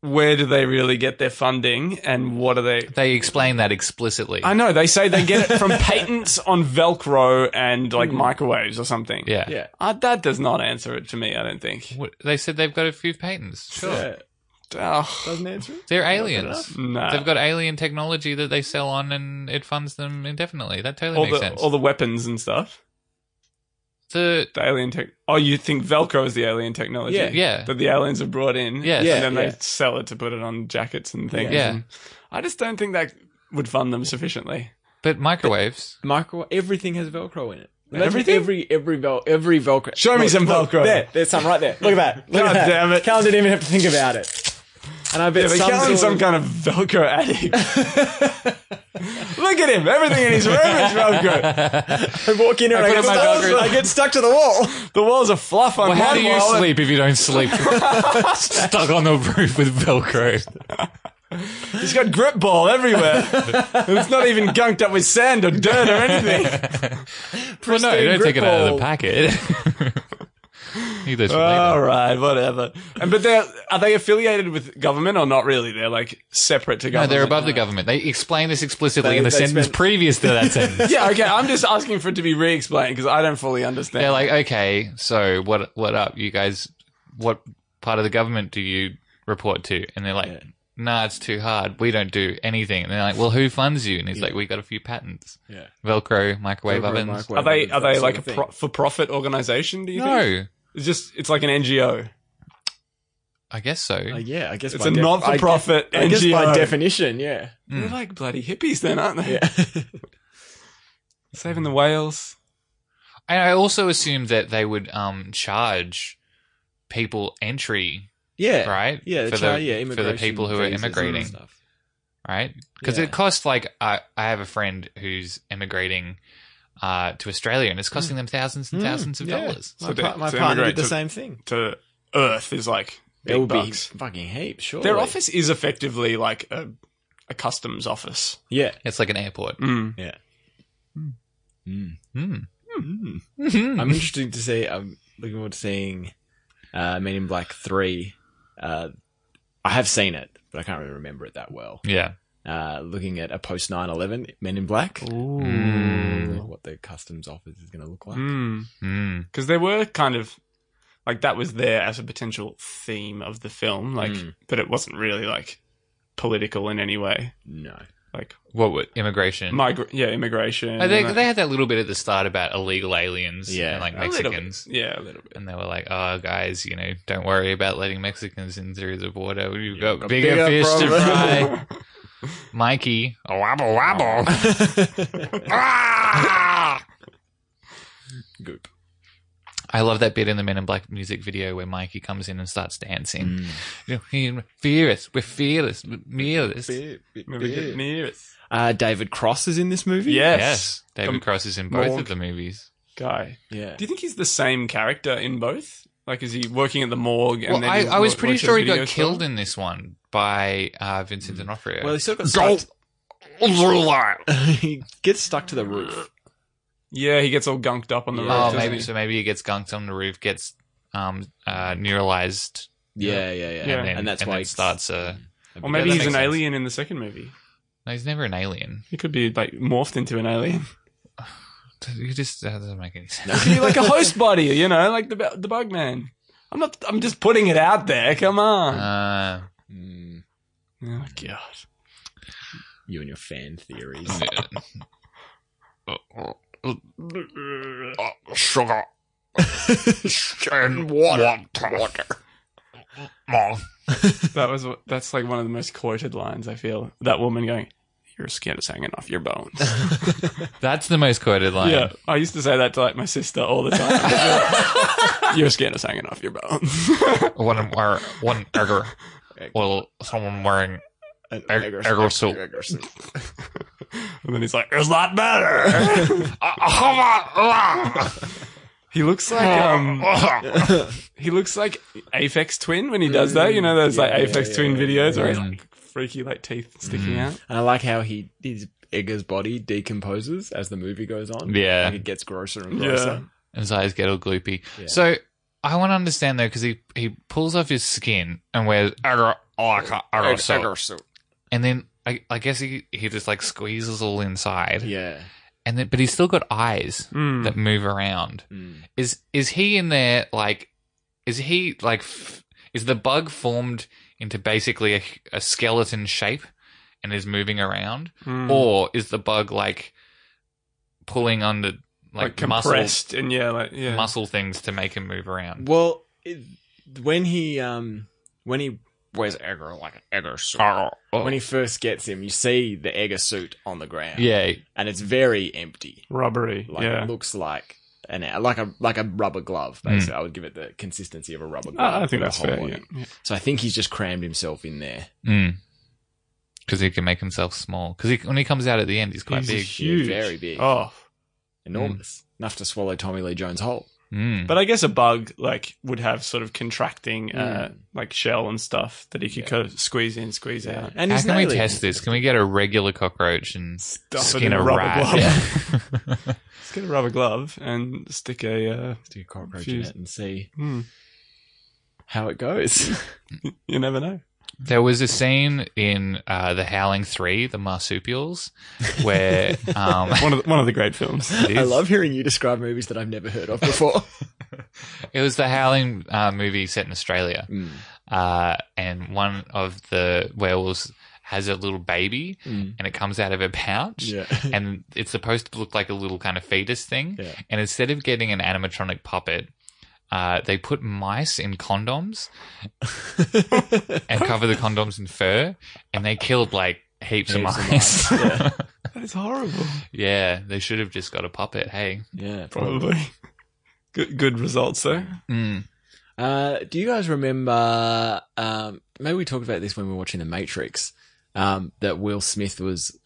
Speaker 3: where do they really get their funding, and what are they?
Speaker 2: They explain that explicitly.
Speaker 3: I know they say they get it from patents on Velcro and like
Speaker 1: Hmm.
Speaker 3: microwaves or something.
Speaker 2: yeah.
Speaker 1: Yeah.
Speaker 3: Uh, that does not answer it to me. I don't think.
Speaker 2: What- they said they've got a few patents. Sure.
Speaker 1: Yeah.
Speaker 3: Oh,
Speaker 1: Doesn't answer it.
Speaker 2: They're
Speaker 1: enough.
Speaker 2: aliens.
Speaker 3: nah.
Speaker 2: They've got alien technology that they sell on and it funds them indefinitely. That totally
Speaker 3: all
Speaker 2: makes
Speaker 3: the
Speaker 2: sense.
Speaker 3: all the weapons and stuff.
Speaker 2: The-
Speaker 3: The alien tech. Oh, you think Velcro is the alien technology?
Speaker 1: Yeah.
Speaker 2: yeah.
Speaker 3: That the aliens have brought in.
Speaker 2: Yes.
Speaker 3: And
Speaker 1: Yeah,
Speaker 3: then
Speaker 1: yeah.
Speaker 3: they sell it to put it on jackets and things.
Speaker 2: Yeah.
Speaker 3: and I just don't think that would fund them sufficiently.
Speaker 2: but microwaves.
Speaker 1: Micro. Everything has Velcro in it. Imagine
Speaker 3: Everything?
Speaker 1: Every every vel- every Velcro.
Speaker 3: Show me some Velcro.
Speaker 1: There, there's some right there. Look at that. Look
Speaker 3: God
Speaker 1: at that.
Speaker 3: damn it.
Speaker 1: Callum didn't even have to think about it. And I
Speaker 3: Yeah,
Speaker 1: bet
Speaker 3: but
Speaker 1: some,
Speaker 3: Callan's
Speaker 1: sort
Speaker 3: some
Speaker 1: of-
Speaker 3: kind of Velcro addict. Look at him. Everything in his room is Velcro.
Speaker 1: I walk in here and I,
Speaker 2: put
Speaker 1: get
Speaker 2: on my
Speaker 1: stuck,
Speaker 2: Velcro.
Speaker 1: I get stuck to the wall.
Speaker 3: The walls are fluff on
Speaker 2: Well,
Speaker 3: one
Speaker 2: how do you
Speaker 3: wall. and-
Speaker 2: sleep if you don't sleep? Stuck on the roof with Velcro.
Speaker 3: He's got grip ball everywhere. it's not even gunked up with sand or dirt or anything.
Speaker 2: Well, no, you don't take it out of the
Speaker 1: Grip
Speaker 2: packet. Need those for later.
Speaker 3: All right, whatever. And but they're are they affiliated with government or not really? They're like separate to
Speaker 2: No,
Speaker 3: government.
Speaker 2: they're above the government. They explain this explicitly
Speaker 1: They-
Speaker 2: in the
Speaker 1: they
Speaker 2: sentence
Speaker 1: spent-
Speaker 2: previous to that sentence.
Speaker 3: yeah, okay. I'm just asking for it to be re-explained because I don't fully understand.
Speaker 2: They're like, okay, so what? What up, you guys? What part of the government do you report to? And they're like,
Speaker 1: Yeah.
Speaker 2: nah, it's too hard. We don't do anything. And they're like, well, who funds you? And he's like, we got a few patents,
Speaker 1: Yeah.
Speaker 2: Velcro, microwave
Speaker 1: Velcro,
Speaker 2: ovens.
Speaker 1: microwave
Speaker 3: are they
Speaker 1: ovens,
Speaker 3: are
Speaker 1: that
Speaker 3: they
Speaker 1: sort
Speaker 3: like a
Speaker 1: of thing.
Speaker 3: pro- for-profit organization? Do you think?
Speaker 2: No,
Speaker 3: It's just it's like an NGO.
Speaker 2: I guess so.
Speaker 1: Uh, yeah, I guess
Speaker 3: It's
Speaker 1: by
Speaker 3: a
Speaker 1: def-
Speaker 3: not-for-profit
Speaker 1: I guess, I guess by
Speaker 3: NGO.
Speaker 1: definition, yeah.
Speaker 2: Hmm.
Speaker 3: They're like bloody hippies, then, aren't they?
Speaker 1: Yeah.
Speaker 3: Saving the whales.
Speaker 2: And I also assumed that they would um, charge people entry,
Speaker 1: Yeah.
Speaker 2: right?
Speaker 1: Yeah, the
Speaker 2: for
Speaker 1: child-
Speaker 2: the,
Speaker 1: yeah,
Speaker 2: for the
Speaker 1: immigration
Speaker 2: people who are
Speaker 1: visas and
Speaker 2: immigrating,
Speaker 1: stuff.
Speaker 2: right? Because
Speaker 1: Yeah.
Speaker 2: it costs like I, I have a friend who's immigrating uh, to Australia, and it's costing them thousands and
Speaker 1: Mm,
Speaker 2: thousands of
Speaker 1: yeah.
Speaker 2: dollars.
Speaker 1: My,
Speaker 3: So they-
Speaker 1: par- my
Speaker 3: so
Speaker 1: partner
Speaker 3: immigrate
Speaker 1: did the
Speaker 3: to-
Speaker 1: same thing.
Speaker 3: to Earth is like
Speaker 1: It
Speaker 3: big
Speaker 1: would be
Speaker 3: bucks.
Speaker 1: fucking heaps, sure.
Speaker 3: Their office is effectively like a, a customs office.
Speaker 1: Yeah.
Speaker 2: It's like an airport.
Speaker 3: Mm.
Speaker 1: Mm.
Speaker 2: Mm.
Speaker 3: Hmm.
Speaker 1: Mm.
Speaker 2: Mhm.
Speaker 1: I'm interested to see. I'm looking forward to seeing uh, Men in Black Three. Uh, I have seen it, but I can't really remember it that well.
Speaker 2: yeah.
Speaker 1: Uh, looking at a post 9/11 Men in Black,
Speaker 2: Mm.
Speaker 1: what the customs office is going to look like.
Speaker 2: Mm.
Speaker 3: Because there Hmm. were kind of like that was there as a potential theme of the film, like,
Speaker 1: Mm.
Speaker 3: but it wasn't really like political in any way.
Speaker 1: No,
Speaker 3: Like,
Speaker 2: What would immigration?
Speaker 3: migra- yeah, immigration.
Speaker 2: I think
Speaker 3: and
Speaker 2: they had that little bit at the start about illegal aliens
Speaker 1: Yeah.
Speaker 2: and like
Speaker 3: A little bit.
Speaker 2: Mexicans.
Speaker 3: Yeah, a little bit.
Speaker 2: And they were like, "Oh, guys, you know, don't worry about letting Mexicans in through the border. We've
Speaker 1: Yeah,
Speaker 2: got
Speaker 1: got
Speaker 2: bigger,
Speaker 1: bigger
Speaker 2: fish to
Speaker 1: problems."
Speaker 2: fry." Mikey, Oh. wobble wobble. Oh. Ah!
Speaker 1: goop.
Speaker 2: I love that bit in the Men in Black music video where Mikey comes in and starts dancing. We're fearless. We're fearless. We're fearless. Yes.
Speaker 3: Maybe get near it.
Speaker 1: Uh, David Cross is in this movie.
Speaker 3: Yes.
Speaker 2: David
Speaker 3: Um,
Speaker 2: Cross is in both
Speaker 3: Morg.
Speaker 2: of the movies.
Speaker 3: Guy.
Speaker 1: yeah.
Speaker 3: Do you think he's the same character in both? Like, is he working at the morgue? And
Speaker 2: Well,
Speaker 3: then
Speaker 2: I,
Speaker 3: he's
Speaker 2: I was
Speaker 3: wo-
Speaker 2: pretty
Speaker 3: working
Speaker 2: sure he
Speaker 3: at a
Speaker 2: got
Speaker 3: video store?
Speaker 2: killed in this one by uh, Vincent D'Onofrio.
Speaker 1: Well, he sort of
Speaker 2: Go.
Speaker 1: got stuck. he gets stuck to the roof.
Speaker 3: Yeah, he gets all gunked up on the
Speaker 1: Yeah.
Speaker 3: roof.
Speaker 2: oh,
Speaker 3: doesn't
Speaker 2: maybe
Speaker 3: he?
Speaker 2: so. Maybe he gets gunked on the roof, gets um, uh, neuralized,
Speaker 1: Yeah, yeah, yeah.
Speaker 3: Yeah.
Speaker 1: And,
Speaker 2: and
Speaker 1: that's
Speaker 2: and
Speaker 1: why
Speaker 2: then
Speaker 1: it
Speaker 2: starts. Uh,
Speaker 3: Or maybe
Speaker 2: Yeah, that
Speaker 3: he's an
Speaker 2: makes sense.
Speaker 3: alien in the second movie.
Speaker 2: no, he's never an alien.
Speaker 3: He could be like morphed into an alien.
Speaker 2: You just that doesn't make any sense.
Speaker 1: No.
Speaker 3: Could be like a host body, you know, like the bu- the bug man. I'm not. I'm just putting it out there. Come on.
Speaker 2: Uh,
Speaker 1: Mm,
Speaker 3: oh god.
Speaker 1: you and your fan theories.
Speaker 2: sugar and water.
Speaker 3: That was what- that's like one of the most quoted lines. I feel that woman going, "Your skin is hanging off your bones."
Speaker 2: That's the most quoted line.
Speaker 3: Yeah, I used to say that to like my sister all the time. your skin is hanging off your bones.
Speaker 2: One, wear, one egger. Well, someone wearing
Speaker 1: An
Speaker 2: Egg-
Speaker 1: Eggerson-
Speaker 2: Eggerson.
Speaker 1: Eggerson.
Speaker 3: and then he's like, "It's not better." he looks like um, he looks like Aphex Twin when he does that. You know those like
Speaker 1: Yeah,
Speaker 3: Aphex
Speaker 1: yeah,
Speaker 3: Twin
Speaker 1: yeah,
Speaker 3: videos where he's
Speaker 2: yeah.
Speaker 3: like freaky like teeth sticking
Speaker 2: Mm.
Speaker 3: out.
Speaker 1: and I like how he his Edgar's body decomposes as the movie goes on.
Speaker 2: Yeah.
Speaker 1: Like it gets grosser and grosser.
Speaker 2: and his eyes get all gloopy.
Speaker 1: Yeah.
Speaker 2: So I want to understand though, because he he pulls off his skin and wears agar agar agar suit, and then I, I guess he he just like squeezes all inside,
Speaker 1: Yeah.
Speaker 2: and then but he's still got eyes
Speaker 3: Mm.
Speaker 2: that move around.
Speaker 1: Mm.
Speaker 2: Is is he in there like? Is he like? F- is the bug formed into basically a, a skeleton shape and is moving around,
Speaker 3: Mm.
Speaker 2: or is the bug like pulling on the like, muscles?
Speaker 3: compressed and yeah, like yeah.
Speaker 2: muscle things to make him move around.
Speaker 1: Well, it, when he um when he wears Egger like an Egger suit.
Speaker 2: Oh.
Speaker 1: When he first gets him, you see the Egger suit on the ground.
Speaker 2: yeah,
Speaker 1: And it's very empty.
Speaker 3: Rubbery.
Speaker 1: Like
Speaker 3: yeah.
Speaker 1: it looks like an like a like a rubber glove, basically. I would give it the consistency of a rubber glove.
Speaker 3: I I think
Speaker 1: for the
Speaker 3: that's
Speaker 1: whole
Speaker 3: fair.
Speaker 1: body.
Speaker 3: Yeah. Yeah.
Speaker 1: So I think he's just crammed himself in there.
Speaker 2: because Hmm. he can make himself small. Because when he comes out at the end, he's quite
Speaker 3: He's
Speaker 2: big.
Speaker 3: huge.
Speaker 1: very big.
Speaker 3: Oh,
Speaker 1: Enormous. Enough to swallow Tommy Lee Jones whole.
Speaker 2: Mm.
Speaker 3: but I guess a bug like would have sort of contracting uh,
Speaker 1: Mm.
Speaker 3: like shell and stuff that he could
Speaker 1: Yeah.
Speaker 3: kind of squeeze in, squeeze out.
Speaker 1: And
Speaker 2: How
Speaker 1: he's
Speaker 2: can
Speaker 1: an
Speaker 2: we
Speaker 1: alien.
Speaker 2: test this? Can we get a regular cockroach and
Speaker 3: Stuff it
Speaker 2: skin
Speaker 3: in
Speaker 2: a
Speaker 3: a rubber
Speaker 2: rat?
Speaker 3: glove.
Speaker 2: Yeah.
Speaker 3: Let's get a rubber glove and stick a. Uh,
Speaker 1: Stick a cockroach in
Speaker 3: Fuse-
Speaker 1: it and see
Speaker 3: hmm,
Speaker 1: how it goes.
Speaker 3: you never know.
Speaker 2: there was a scene in uh, The Howling Three, The Marsupials, where um,
Speaker 3: One of the, one of the great films.
Speaker 1: I love hearing you describe movies that I've never heard of before.
Speaker 2: it was the Howling uh, movie set in Australia.
Speaker 1: Mm,
Speaker 2: uh, and one of the werewolves has a little baby
Speaker 1: mm,
Speaker 2: and it comes out of her pouch.
Speaker 1: yeah.
Speaker 2: And it's supposed to look like a little kind of fetus thing.
Speaker 1: Yeah.
Speaker 2: And instead of getting an animatronic puppet, uh, they put mice in condoms and cover the condoms in fur, and they killed like heaps, of
Speaker 1: Heaps of mice,
Speaker 2: mice. yeah.
Speaker 1: yeah.
Speaker 3: That's horrible.
Speaker 2: they should have just got a puppet. Hey,
Speaker 1: yeah.
Speaker 3: Probably. Good, good results though.
Speaker 2: Mm.
Speaker 1: Uh, do you guys remember? Um, maybe we talked about this when we were watching The Matrix. Um, that Will Smith was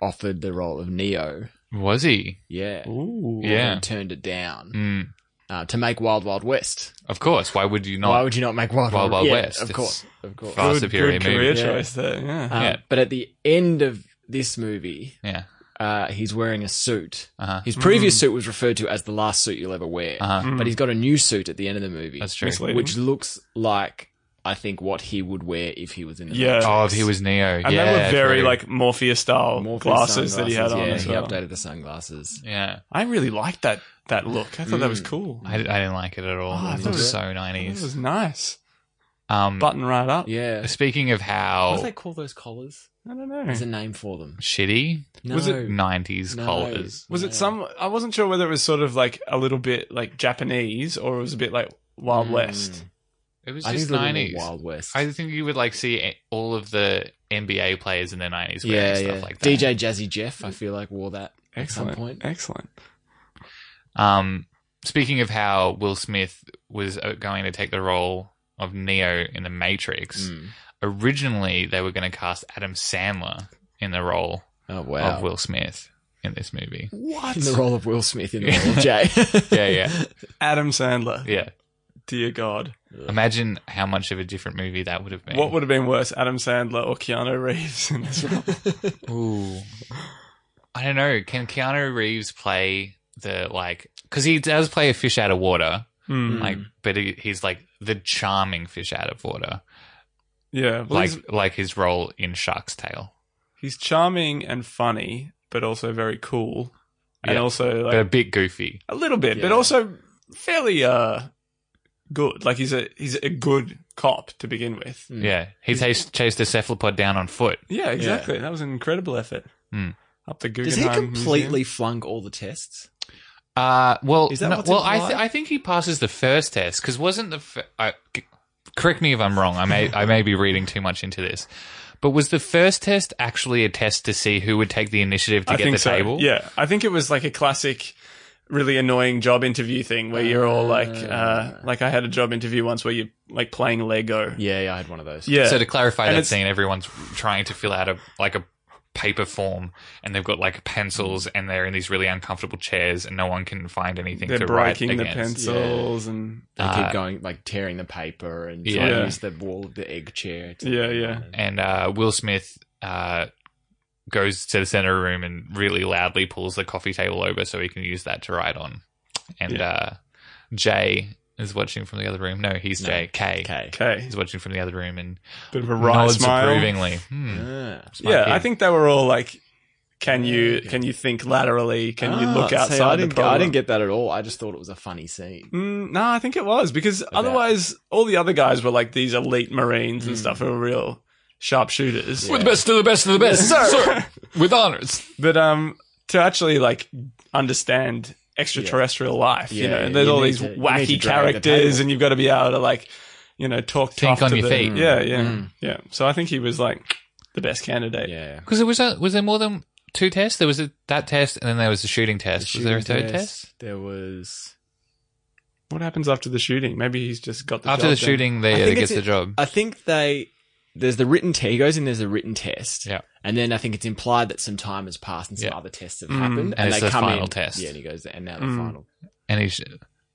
Speaker 1: offered the role of Neo.
Speaker 2: Was he?
Speaker 1: Yeah.
Speaker 3: Ooh.
Speaker 2: Yeah.
Speaker 1: And turned it down
Speaker 2: Mm,
Speaker 1: uh, to make Wild Wild West.
Speaker 2: of course. Why would you not?
Speaker 1: Why would you not make Wild
Speaker 2: Wild Wild
Speaker 1: yeah,
Speaker 2: West?
Speaker 1: Of
Speaker 2: It's
Speaker 1: course, of course.
Speaker 2: far
Speaker 3: Good,
Speaker 2: superior
Speaker 3: good career
Speaker 1: movie.
Speaker 3: choice there. Yeah.
Speaker 1: Um,
Speaker 2: yeah.
Speaker 1: But at the end of this movie,
Speaker 2: yeah.
Speaker 1: uh, he's wearing a suit.
Speaker 2: Uh-huh.
Speaker 1: His previous
Speaker 3: Mm.
Speaker 1: suit was referred to as the last suit you'll ever wear,
Speaker 2: Uh-huh.
Speaker 1: but he's got a new suit at the end of the movie,
Speaker 2: That's true.
Speaker 3: Misleading.
Speaker 1: which looks like I think what he would wear if he was in the
Speaker 3: Yeah.
Speaker 1: Matrix.
Speaker 2: Oh, if he was Neo.
Speaker 3: And
Speaker 2: yeah.
Speaker 3: they were very
Speaker 2: true.
Speaker 3: like Morpheus style
Speaker 1: Morpheus
Speaker 3: glasses that he had
Speaker 1: sunglasses,
Speaker 3: on
Speaker 1: Yeah,
Speaker 3: as
Speaker 1: he
Speaker 3: well.
Speaker 1: updated the sunglasses.
Speaker 2: Yeah.
Speaker 3: I really liked that that look. I thought that was
Speaker 1: Mm.
Speaker 3: cool.
Speaker 2: I, I didn't like it at all.
Speaker 3: Oh, I
Speaker 2: it
Speaker 3: thought
Speaker 2: was
Speaker 3: it was-
Speaker 2: so
Speaker 3: This
Speaker 2: 90s.
Speaker 3: was nice.
Speaker 2: Um,
Speaker 3: Button right up.
Speaker 1: Yeah.
Speaker 2: speaking of
Speaker 1: What do they
Speaker 2: how
Speaker 1: call those collars?
Speaker 3: I don't know.
Speaker 1: There's a name for them.
Speaker 2: shitty
Speaker 1: No.
Speaker 3: Was it-
Speaker 2: 90s
Speaker 1: No.
Speaker 2: collars.
Speaker 3: Was
Speaker 1: Yeah.
Speaker 3: it some? I wasn't sure whether it was sort of like a little bit like Japanese or it was a bit like Wild
Speaker 1: Mm.
Speaker 3: West.
Speaker 2: It was
Speaker 1: I think
Speaker 2: just
Speaker 1: it's a little more
Speaker 2: 90s.
Speaker 1: Wild West.
Speaker 2: I think you would like see a- all of the NBA players in the 90s wearing
Speaker 1: yeah,
Speaker 2: stuff
Speaker 1: yeah.
Speaker 2: like that.
Speaker 1: DJ Jazzy Jeff, I feel like wore that at some
Speaker 3: Excellent.
Speaker 1: point.
Speaker 3: Excellent.
Speaker 2: Um, speaking of how Will Smith was uh, going to take the role of Neo in The
Speaker 3: Hmm.
Speaker 2: Matrix,
Speaker 1: Mm.
Speaker 2: originally they were going to cast Adam Sandler in the role
Speaker 1: Oh wow.
Speaker 2: of Will Smith in this movie.
Speaker 3: What?
Speaker 1: in the role of Will Smith in the role of Jay.
Speaker 2: Yeah, yeah,
Speaker 3: Adam Sandler.
Speaker 2: yeah.
Speaker 3: Dear God.
Speaker 2: Imagine how much of a different movie that would have been.
Speaker 3: What would have been worse, Adam Sandler or Keanu Reeves in this role?
Speaker 2: Ooh. I don't know. Can Keanu Reeves play the like? Because he does play a fish out of water,
Speaker 3: Hmm.
Speaker 2: like, but he, he's like the charming fish out of water,
Speaker 3: Yeah. Well,
Speaker 2: like
Speaker 3: he's,
Speaker 2: like his role in Shark's Tale.
Speaker 3: he's charming and funny, but also very cool. And
Speaker 2: Yeah.
Speaker 3: also like
Speaker 2: but a bit goofy.
Speaker 3: a little bit, but
Speaker 1: Yeah.
Speaker 3: also fairly uh good. Like he's a he's a good cop to begin with.
Speaker 1: Mm.
Speaker 2: Yeah, he chased, chased a cephalopod down on foot.
Speaker 3: Yeah, exactly. That was an incredible effort.
Speaker 2: Hmm.
Speaker 3: Up the
Speaker 1: Does
Speaker 3: Guggenheim.
Speaker 1: he completely
Speaker 3: Museum.
Speaker 1: flunk all the tests?
Speaker 2: Uh, well,
Speaker 1: Is that
Speaker 2: no-
Speaker 1: what's
Speaker 2: well, I, th-
Speaker 1: implied?
Speaker 2: I think he passes the first test because wasn't the f- I, c- correct me if I'm wrong. I may I may be reading too much into this, but was the first test actually a test to see who would take the initiative to
Speaker 3: I
Speaker 2: get
Speaker 3: think
Speaker 2: the
Speaker 3: so.
Speaker 2: table?
Speaker 3: Yeah, I think it was like a classic, really annoying job interview thing where you're all like, uh,
Speaker 1: Ah.
Speaker 3: like I had a job interview once where you're like playing Lego.
Speaker 1: Yeah, yeah, I had one of those.
Speaker 3: Yeah.
Speaker 2: So to clarify
Speaker 3: And
Speaker 2: that
Speaker 3: it's-
Speaker 2: scene, everyone's trying to fill out a like a paper form, and they've got like pencils, and they're in these really uncomfortable chairs, and no one can find anything
Speaker 3: They're
Speaker 2: to
Speaker 3: breaking
Speaker 2: write
Speaker 3: the
Speaker 2: against.
Speaker 3: pencils and
Speaker 1: They
Speaker 2: Uh,
Speaker 1: keep going, like tearing the paper and trying
Speaker 2: Yeah.
Speaker 1: to use the wall of the egg chair. to-
Speaker 3: Yeah, yeah.
Speaker 2: and uh, Will Smith uh, goes to the center of the room and really loudly pulls the coffee table over so he can use that to write on. And
Speaker 3: Yeah.
Speaker 2: uh, Jay is watching from the other room. No, he's
Speaker 1: No,
Speaker 2: Jay. K.
Speaker 1: Okay.
Speaker 3: okay,
Speaker 2: He's watching from the other room and
Speaker 3: bit of a wry
Speaker 2: nods
Speaker 3: smile.
Speaker 2: approvingly. Hmm,
Speaker 1: Ah.
Speaker 2: smart
Speaker 3: Yeah,
Speaker 2: kid.
Speaker 3: I think they were all like, "Can you
Speaker 1: Okay.
Speaker 3: can you think laterally? Can you
Speaker 1: Ah,
Speaker 3: look
Speaker 1: see,
Speaker 3: outside
Speaker 1: I
Speaker 3: the
Speaker 1: didn't,
Speaker 3: problem?"
Speaker 1: I didn't get that at all. I just thought it was a funny scene.
Speaker 3: Mm, no, I think it was because otherwise, all the other guys were like these elite marines and
Speaker 1: Mm.
Speaker 3: stuff who were real sharpshooters.
Speaker 1: Yeah.
Speaker 2: We're the best of the best of the best,
Speaker 3: Sir.
Speaker 2: sir, with honors.
Speaker 3: But um, to actually like understand extraterrestrial life, you
Speaker 1: Yeah,
Speaker 3: know,
Speaker 1: yeah,
Speaker 3: there's
Speaker 1: you
Speaker 3: all
Speaker 1: need
Speaker 3: these
Speaker 1: to- you need
Speaker 3: wacky
Speaker 1: to drag the
Speaker 3: characters,
Speaker 1: table.
Speaker 3: and you've got to be able to like, you know, talk
Speaker 2: Think
Speaker 3: tough
Speaker 2: on
Speaker 3: to
Speaker 2: your
Speaker 3: them.
Speaker 2: feet.
Speaker 3: Yeah, yeah,
Speaker 1: Mm.
Speaker 3: yeah. So I think he was like the best candidate.
Speaker 1: Yeah.
Speaker 2: Because there was a, was there more than two tests? There was a, that test, and then there was the shooting test. was there a third test?
Speaker 1: There was.
Speaker 3: What happens after the shooting? Maybe he's just got the
Speaker 2: After
Speaker 3: job
Speaker 2: the
Speaker 3: done.
Speaker 2: shooting,
Speaker 1: I
Speaker 2: they,
Speaker 1: think
Speaker 2: they gets
Speaker 1: it's-
Speaker 2: the job.
Speaker 1: I think they. There's the written test. He goes in. There's a written test.
Speaker 2: Yeah.
Speaker 1: And then I think it's implied that some time has passed and some
Speaker 2: Yeah.
Speaker 1: other tests have
Speaker 3: Mm.
Speaker 1: happened,
Speaker 2: And it's
Speaker 1: they
Speaker 2: the
Speaker 1: come
Speaker 2: final
Speaker 1: in.
Speaker 2: test.
Speaker 1: Yeah. And he goes, and now the
Speaker 3: Mm.
Speaker 1: final.
Speaker 2: and he sh-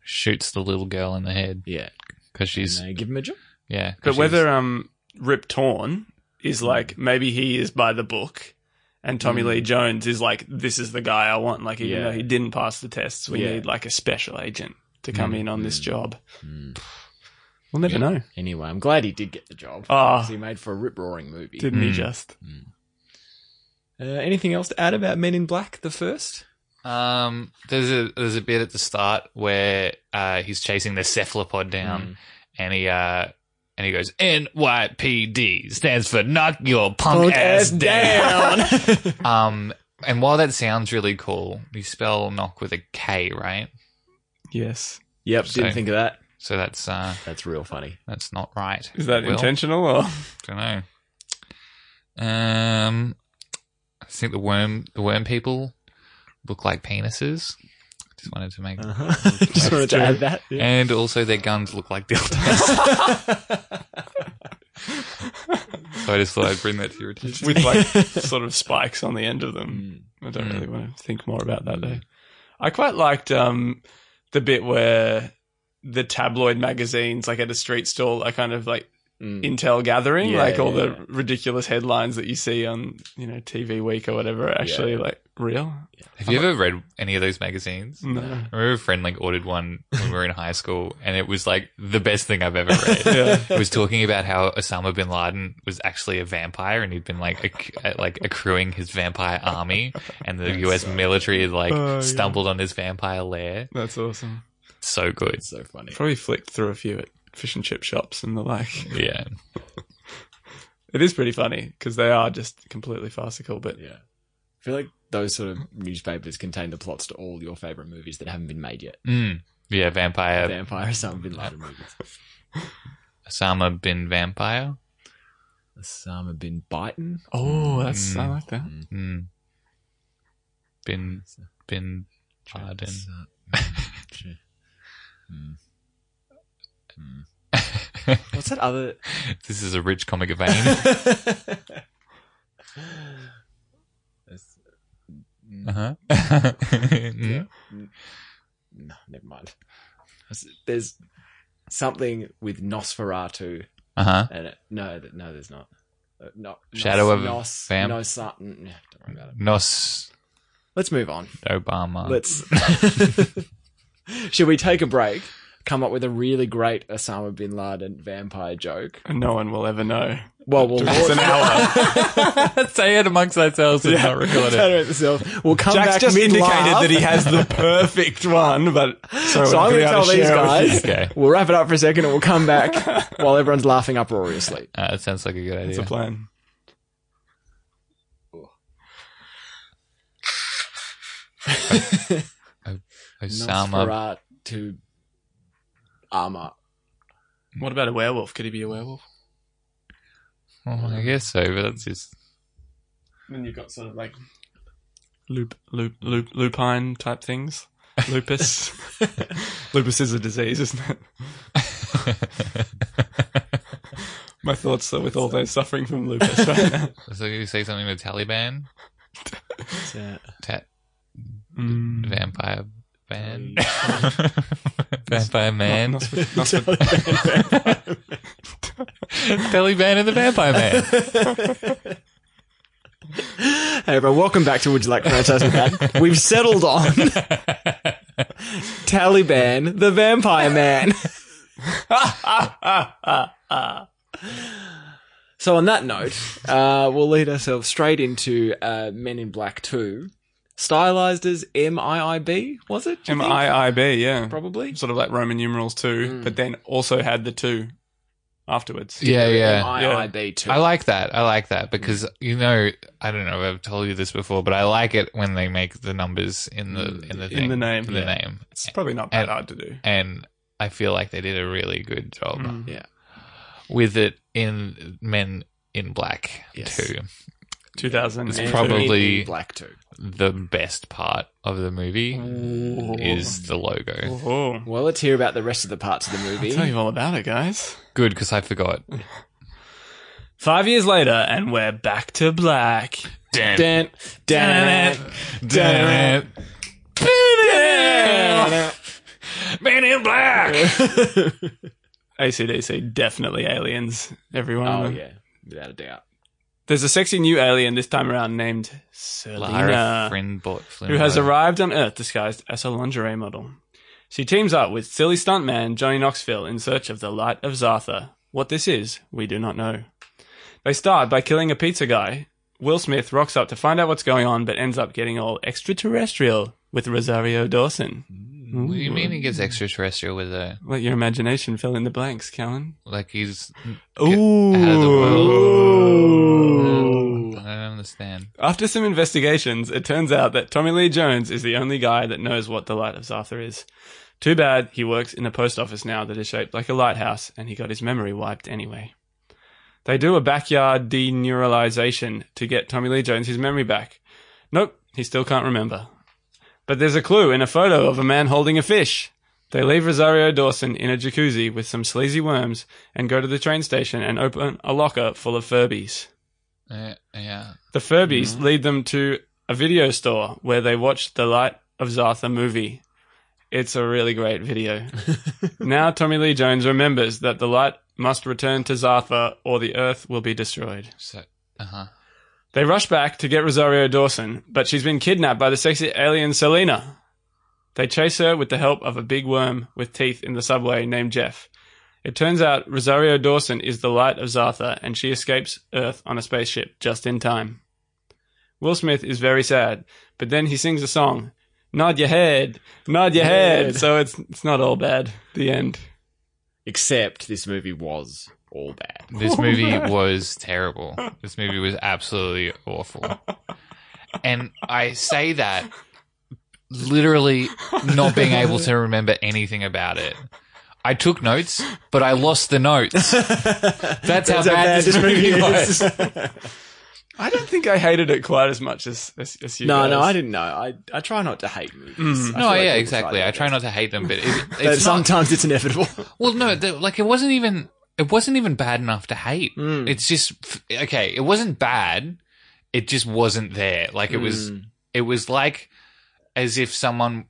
Speaker 2: shoots the little girl in the head
Speaker 1: Yeah.
Speaker 2: because she's
Speaker 1: And they give him a job.
Speaker 2: yeah. 'cause
Speaker 3: But
Speaker 2: she's-
Speaker 3: whether um Rip Torn is like maybe he is by the book, and Tommy
Speaker 1: Mm.
Speaker 3: Lee Jones is like this is the guy I want. Like even
Speaker 1: Yeah.
Speaker 3: though he didn't pass the tests, we
Speaker 1: Yeah.
Speaker 3: need like a special agent to come
Speaker 2: Mm.
Speaker 3: in on this
Speaker 1: Mm.
Speaker 3: job.
Speaker 1: Mm.
Speaker 3: We'll never
Speaker 2: Yeah.
Speaker 3: know.
Speaker 1: Anyway, I'm glad he did get the job.
Speaker 3: Ah,
Speaker 1: 'Cause he made for a rip roaring movie.
Speaker 3: didn't he
Speaker 2: Mm.
Speaker 3: just?
Speaker 1: Uh, anything else to add about Men in Black, the first?
Speaker 2: um, there's a there's a bit at the start where uh, he's chasing the cephalopod down, and he uh, and he goes NYPD stands for knock your punk, ass, down. um, and while that sounds really cool, you spell knock with a K, right?
Speaker 3: Yes.
Speaker 1: yep,
Speaker 2: So-
Speaker 1: didn't think of that.
Speaker 2: So that's uh,
Speaker 1: That's real funny.
Speaker 2: that's not right.
Speaker 3: Is that
Speaker 2: Will.
Speaker 3: intentional or
Speaker 2: don't know. Um, I think the worm the worm people look like penises. Just wanted to make
Speaker 1: Uh-huh. Just wanted to add that.
Speaker 2: And also, their guns look like dildos. so I just thought I'd bring that to your attention.
Speaker 3: with like sort of spikes on the end of them.
Speaker 1: Mm.
Speaker 3: I don't
Speaker 2: Mm.
Speaker 3: really want to think more about that though. I quite liked um, the bit where the tabloid magazines, like at a street stall, are kind of like
Speaker 1: Mm.
Speaker 3: intel gathering,
Speaker 1: Yeah,
Speaker 3: like all
Speaker 1: yeah,
Speaker 3: the
Speaker 1: yeah.
Speaker 3: ridiculous headlines that you see on you know TV Week or whatever. Are actually,
Speaker 1: Yeah.
Speaker 3: like real.
Speaker 2: Have you ever read any of those magazines?
Speaker 3: No.
Speaker 2: I remember a friend like ordered one when we were in high school, and it was like the best thing I've ever read.
Speaker 3: Yeah.
Speaker 2: It was talking about how Osama bin Laden was actually a vampire, and he'd been like acc- like accruing his vampire army, and the U.S. military had like
Speaker 3: Oh, yeah.
Speaker 2: stumbled on his vampire lair.
Speaker 3: That's awesome.
Speaker 2: So good,
Speaker 1: It's so funny.
Speaker 3: Probably flicked through a few at fish and chip shops and the like.
Speaker 1: Hmm.
Speaker 2: yeah.
Speaker 3: It is pretty funny because they are just completely farcical, but
Speaker 1: Yeah. I feel like those sort of newspapers contain the plots to all your favorite movies that haven't been made yet.
Speaker 2: Mm. Yeah, vampire.
Speaker 1: Vampire Osama bin Laden movies.
Speaker 2: Osama bin vampire.
Speaker 1: Osama bin Biden.
Speaker 3: oh, that's I
Speaker 1: Hmm.
Speaker 2: Mm.
Speaker 3: like that.
Speaker 2: Mm. Bin bin Laden.
Speaker 1: Osama- uh, Mm. Mm. Mm. What's that other?
Speaker 2: this is a rich comic vein.
Speaker 1: That's- Mm.
Speaker 2: Uh-huh. Mm.
Speaker 1: Yeah. Mm. No, never mind. There's- There's something with Nosferatu
Speaker 2: Uh-huh.
Speaker 1: and it, no, th- no, there's not. Uh, no,
Speaker 2: Shadow
Speaker 1: Nos,
Speaker 2: of
Speaker 1: Nos,
Speaker 2: Vamp-
Speaker 1: No, son, mm, yeah, don't worry about it.
Speaker 2: Nos
Speaker 1: Let's move on.
Speaker 3: Uh-huh.
Speaker 2: Obama.
Speaker 1: Let's. Should we take a break? Come up with a really great Osama bin Laden vampire joke.
Speaker 3: And no one will ever know.
Speaker 1: Well, we'll
Speaker 3: It's an hour.
Speaker 2: Say it amongst ourselves and not record
Speaker 1: Turn
Speaker 2: it.
Speaker 1: around yourself. We'll come
Speaker 3: Jack's
Speaker 1: back
Speaker 3: just indicated
Speaker 1: mid-laugh.
Speaker 3: that he has the perfect one, but so,
Speaker 1: So I'm
Speaker 3: going to
Speaker 1: tell these
Speaker 3: share it with you.
Speaker 1: guys.
Speaker 2: Okay.
Speaker 1: We'll wrap it up for a second, and we'll come back while everyone's laughing uproariously.
Speaker 2: Uh, that sounds like a good
Speaker 3: It's
Speaker 2: idea.
Speaker 3: a plan.
Speaker 2: Osama.
Speaker 1: Nosferatu armor.
Speaker 3: What about a werewolf? Could he be a werewolf?
Speaker 2: Well, I guess so, but that's just
Speaker 3: Then you've got sort of like loop, loop, loop, lupine type things. Lupus. Lupus is a disease, isn't it? My thoughts are with all those suffering from lupus right now.
Speaker 2: so you say something to Taliban?
Speaker 1: Yeah.
Speaker 2: Ta-
Speaker 3: Mm.
Speaker 2: vampire man.
Speaker 3: Um,
Speaker 2: vampire man.
Speaker 3: Not- not- not-
Speaker 2: Taliban and the vampire man.
Speaker 1: Hey everyone, welcome back to Would You Like Franchise with Dad. We've settled on Taliban, the Vampire Man. so on that note, uh, we'll lead ourselves straight into uh, Men in Black 2, stylized as MIIB, was it? do you think?
Speaker 3: MIIB, yeah.
Speaker 1: Probably.
Speaker 3: Sort of like Roman numerals too,
Speaker 1: Mm.
Speaker 3: but then also had the two afterwards.
Speaker 2: yeah, yeah.
Speaker 1: MIIB 2.
Speaker 2: I like that. I like that because you know, I don't know if I've told you this before, but I like it when they make the numbers in the in the thing,
Speaker 3: the name,
Speaker 2: in the
Speaker 3: yeah.
Speaker 2: name,
Speaker 3: It's probably not that
Speaker 2: And-
Speaker 3: hard to do.
Speaker 2: and I feel like they did a really good job
Speaker 3: Mm.
Speaker 2: with it in Men in Black
Speaker 1: Yes.
Speaker 2: too.
Speaker 3: 2000.
Speaker 2: It's
Speaker 1: Men in
Speaker 2: probably-
Speaker 1: Black 2.
Speaker 2: The best part of the movie is the logo.
Speaker 3: Oh.
Speaker 1: Well, let's hear about the rest of the parts of the movie.
Speaker 3: Tell you all about it, guys.
Speaker 2: Good because I forgot.
Speaker 3: Five years later, and we're back to black.
Speaker 2: Damn.
Speaker 1: Dun, dun, dun,
Speaker 2: Damn it.
Speaker 1: dun.
Speaker 2: Men in Black.
Speaker 3: ACDC, definitely aliens, everyone.
Speaker 1: Oh, yeah. Without a doubt.
Speaker 3: There's a sexy new alien this time around named
Speaker 2: Lara
Speaker 3: Selena,
Speaker 2: friend bought
Speaker 3: who has arrived on Earth disguised as a lingerie model. She teams up with silly stuntman Johnny Knoxville in search of the light of Zartha. What this is, we do not know. They start by killing a pizza guy. Will Smith rocks up to find out what's going on, but ends up getting all extraterrestrial with Rosario Dawson.
Speaker 2: Mm, What do you mean he gets extraterrestrial with a
Speaker 3: Let your imagination fill in the blanks, Callan.
Speaker 2: like he's
Speaker 3: Ooh.
Speaker 2: out of the world. I don't understand.
Speaker 3: After some investigations, it turns out that Tommy Lee Jones is the only guy that knows what the Light of Zartha is. Too bad he works in a post office now that is shaped like a lighthouse, and he got his memory wiped anyway. They do a backyard deneuralization to get Tommy Lee Jones his memory back. Nope, he still can't remember. But there's a clue in a photo of a man holding a fish. They leave Rosario Dawson in a jacuzzi with some sleazy worms and go to the train station and open a locker full of Furbies.
Speaker 2: Yeah, Uh, yeah.
Speaker 3: The Furbies lead them to a video store where they watch the Light of Zartha movie. It's a really great video. now Tommy Lee Jones remembers that the light must return to Zartha or the earth will be destroyed.
Speaker 2: So, uh huh.
Speaker 3: They rush back to get Rosario Dawson, but she's been kidnapped by the sexy alien Selena. They chase her with the help of a big worm with teeth in the subway named Jeff. It turns out Rosario Dawson is the light of Zartha, and she escapes Earth on a spaceship just in time. Will Smith is very sad, but then he sings a song, Nod Your Head, Nod Your Head.
Speaker 1: Head.
Speaker 3: So it's, it's not all bad. The end.
Speaker 1: Except this movie was all bad.
Speaker 2: This movie was terrible. This movie was absolutely awful. And I say that literally not being able to remember anything about it. I took notes, but I lost the notes. That's, how, bad this movie was.
Speaker 3: I don't think I hated it quite as much as, as, as you
Speaker 1: no,
Speaker 3: guys.
Speaker 1: no, I didn't know. I, I try not to hate movies. I
Speaker 2: Mm-hmm. No,
Speaker 1: feel like
Speaker 2: yeah,
Speaker 1: people
Speaker 2: exactly.
Speaker 1: their
Speaker 2: I try
Speaker 1: best.
Speaker 2: not to hate them, but it, it's
Speaker 1: But
Speaker 2: not-
Speaker 1: sometimes it's inevitable.
Speaker 2: Well, no, the, like it wasn't even it wasn't even bad enough to hate.
Speaker 1: Hmm.
Speaker 2: It's just f- okay. It wasn't bad. It just wasn't there. Like it
Speaker 1: Hmm.
Speaker 2: was. It was like as if someone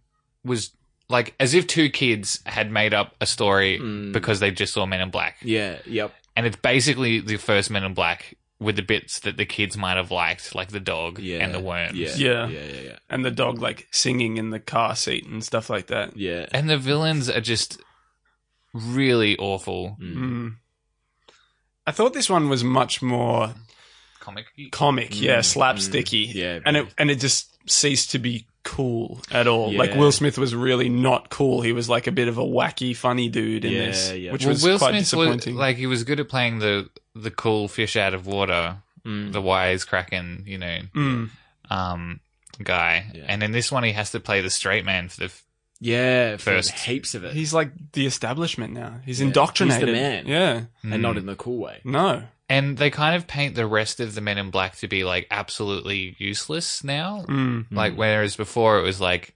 Speaker 2: was like as if two kids had made up a story
Speaker 1: Hmm.
Speaker 2: because they just saw Men in Black,
Speaker 1: yeah, yep.
Speaker 2: and it's basically the first Men in Black with the bits that the kids might have liked, like the dog
Speaker 1: Yeah.
Speaker 2: and the worms.
Speaker 1: Yeah.
Speaker 3: Yeah.
Speaker 1: Yeah, yeah, yeah.
Speaker 3: and the dog like singing in the car seat and stuff like that.
Speaker 1: Yeah.
Speaker 2: And the villains are just really awful.
Speaker 1: Hmm.
Speaker 3: Mm. I thought this one was much more
Speaker 2: Comic.
Speaker 3: comic, yeah,
Speaker 1: Mm,
Speaker 3: slapsticky,
Speaker 1: mm, yeah,
Speaker 3: and it and it just ceased to be cool at all. Like
Speaker 1: Yeah.
Speaker 3: Will Smith was really not cool. He was like a bit of a wacky, funny dude in
Speaker 1: Yeah,
Speaker 3: this,
Speaker 1: yeah.
Speaker 3: which
Speaker 2: Well,
Speaker 3: was
Speaker 2: Will
Speaker 3: quite
Speaker 2: Smith
Speaker 3: disappointing.
Speaker 2: Was, like he was good at playing the the cool fish out of water,
Speaker 1: Mm.
Speaker 2: the wise kraken, you know,
Speaker 3: Mm.
Speaker 2: um, guy.
Speaker 1: Yeah.
Speaker 2: And in this one, he has to play the straight man for the. F-
Speaker 1: Yeah, for
Speaker 2: First.
Speaker 1: heaps of it.
Speaker 3: He's like the establishment now. He's
Speaker 1: Yeah,
Speaker 3: indoctrinated.
Speaker 1: he's the man.
Speaker 3: Yeah.
Speaker 1: and not in the cool way.
Speaker 3: No.
Speaker 2: mm. and they kind of paint the rest of the Men in Black to be like absolutely useless now.
Speaker 3: Mm.
Speaker 2: Like whereas before it was like.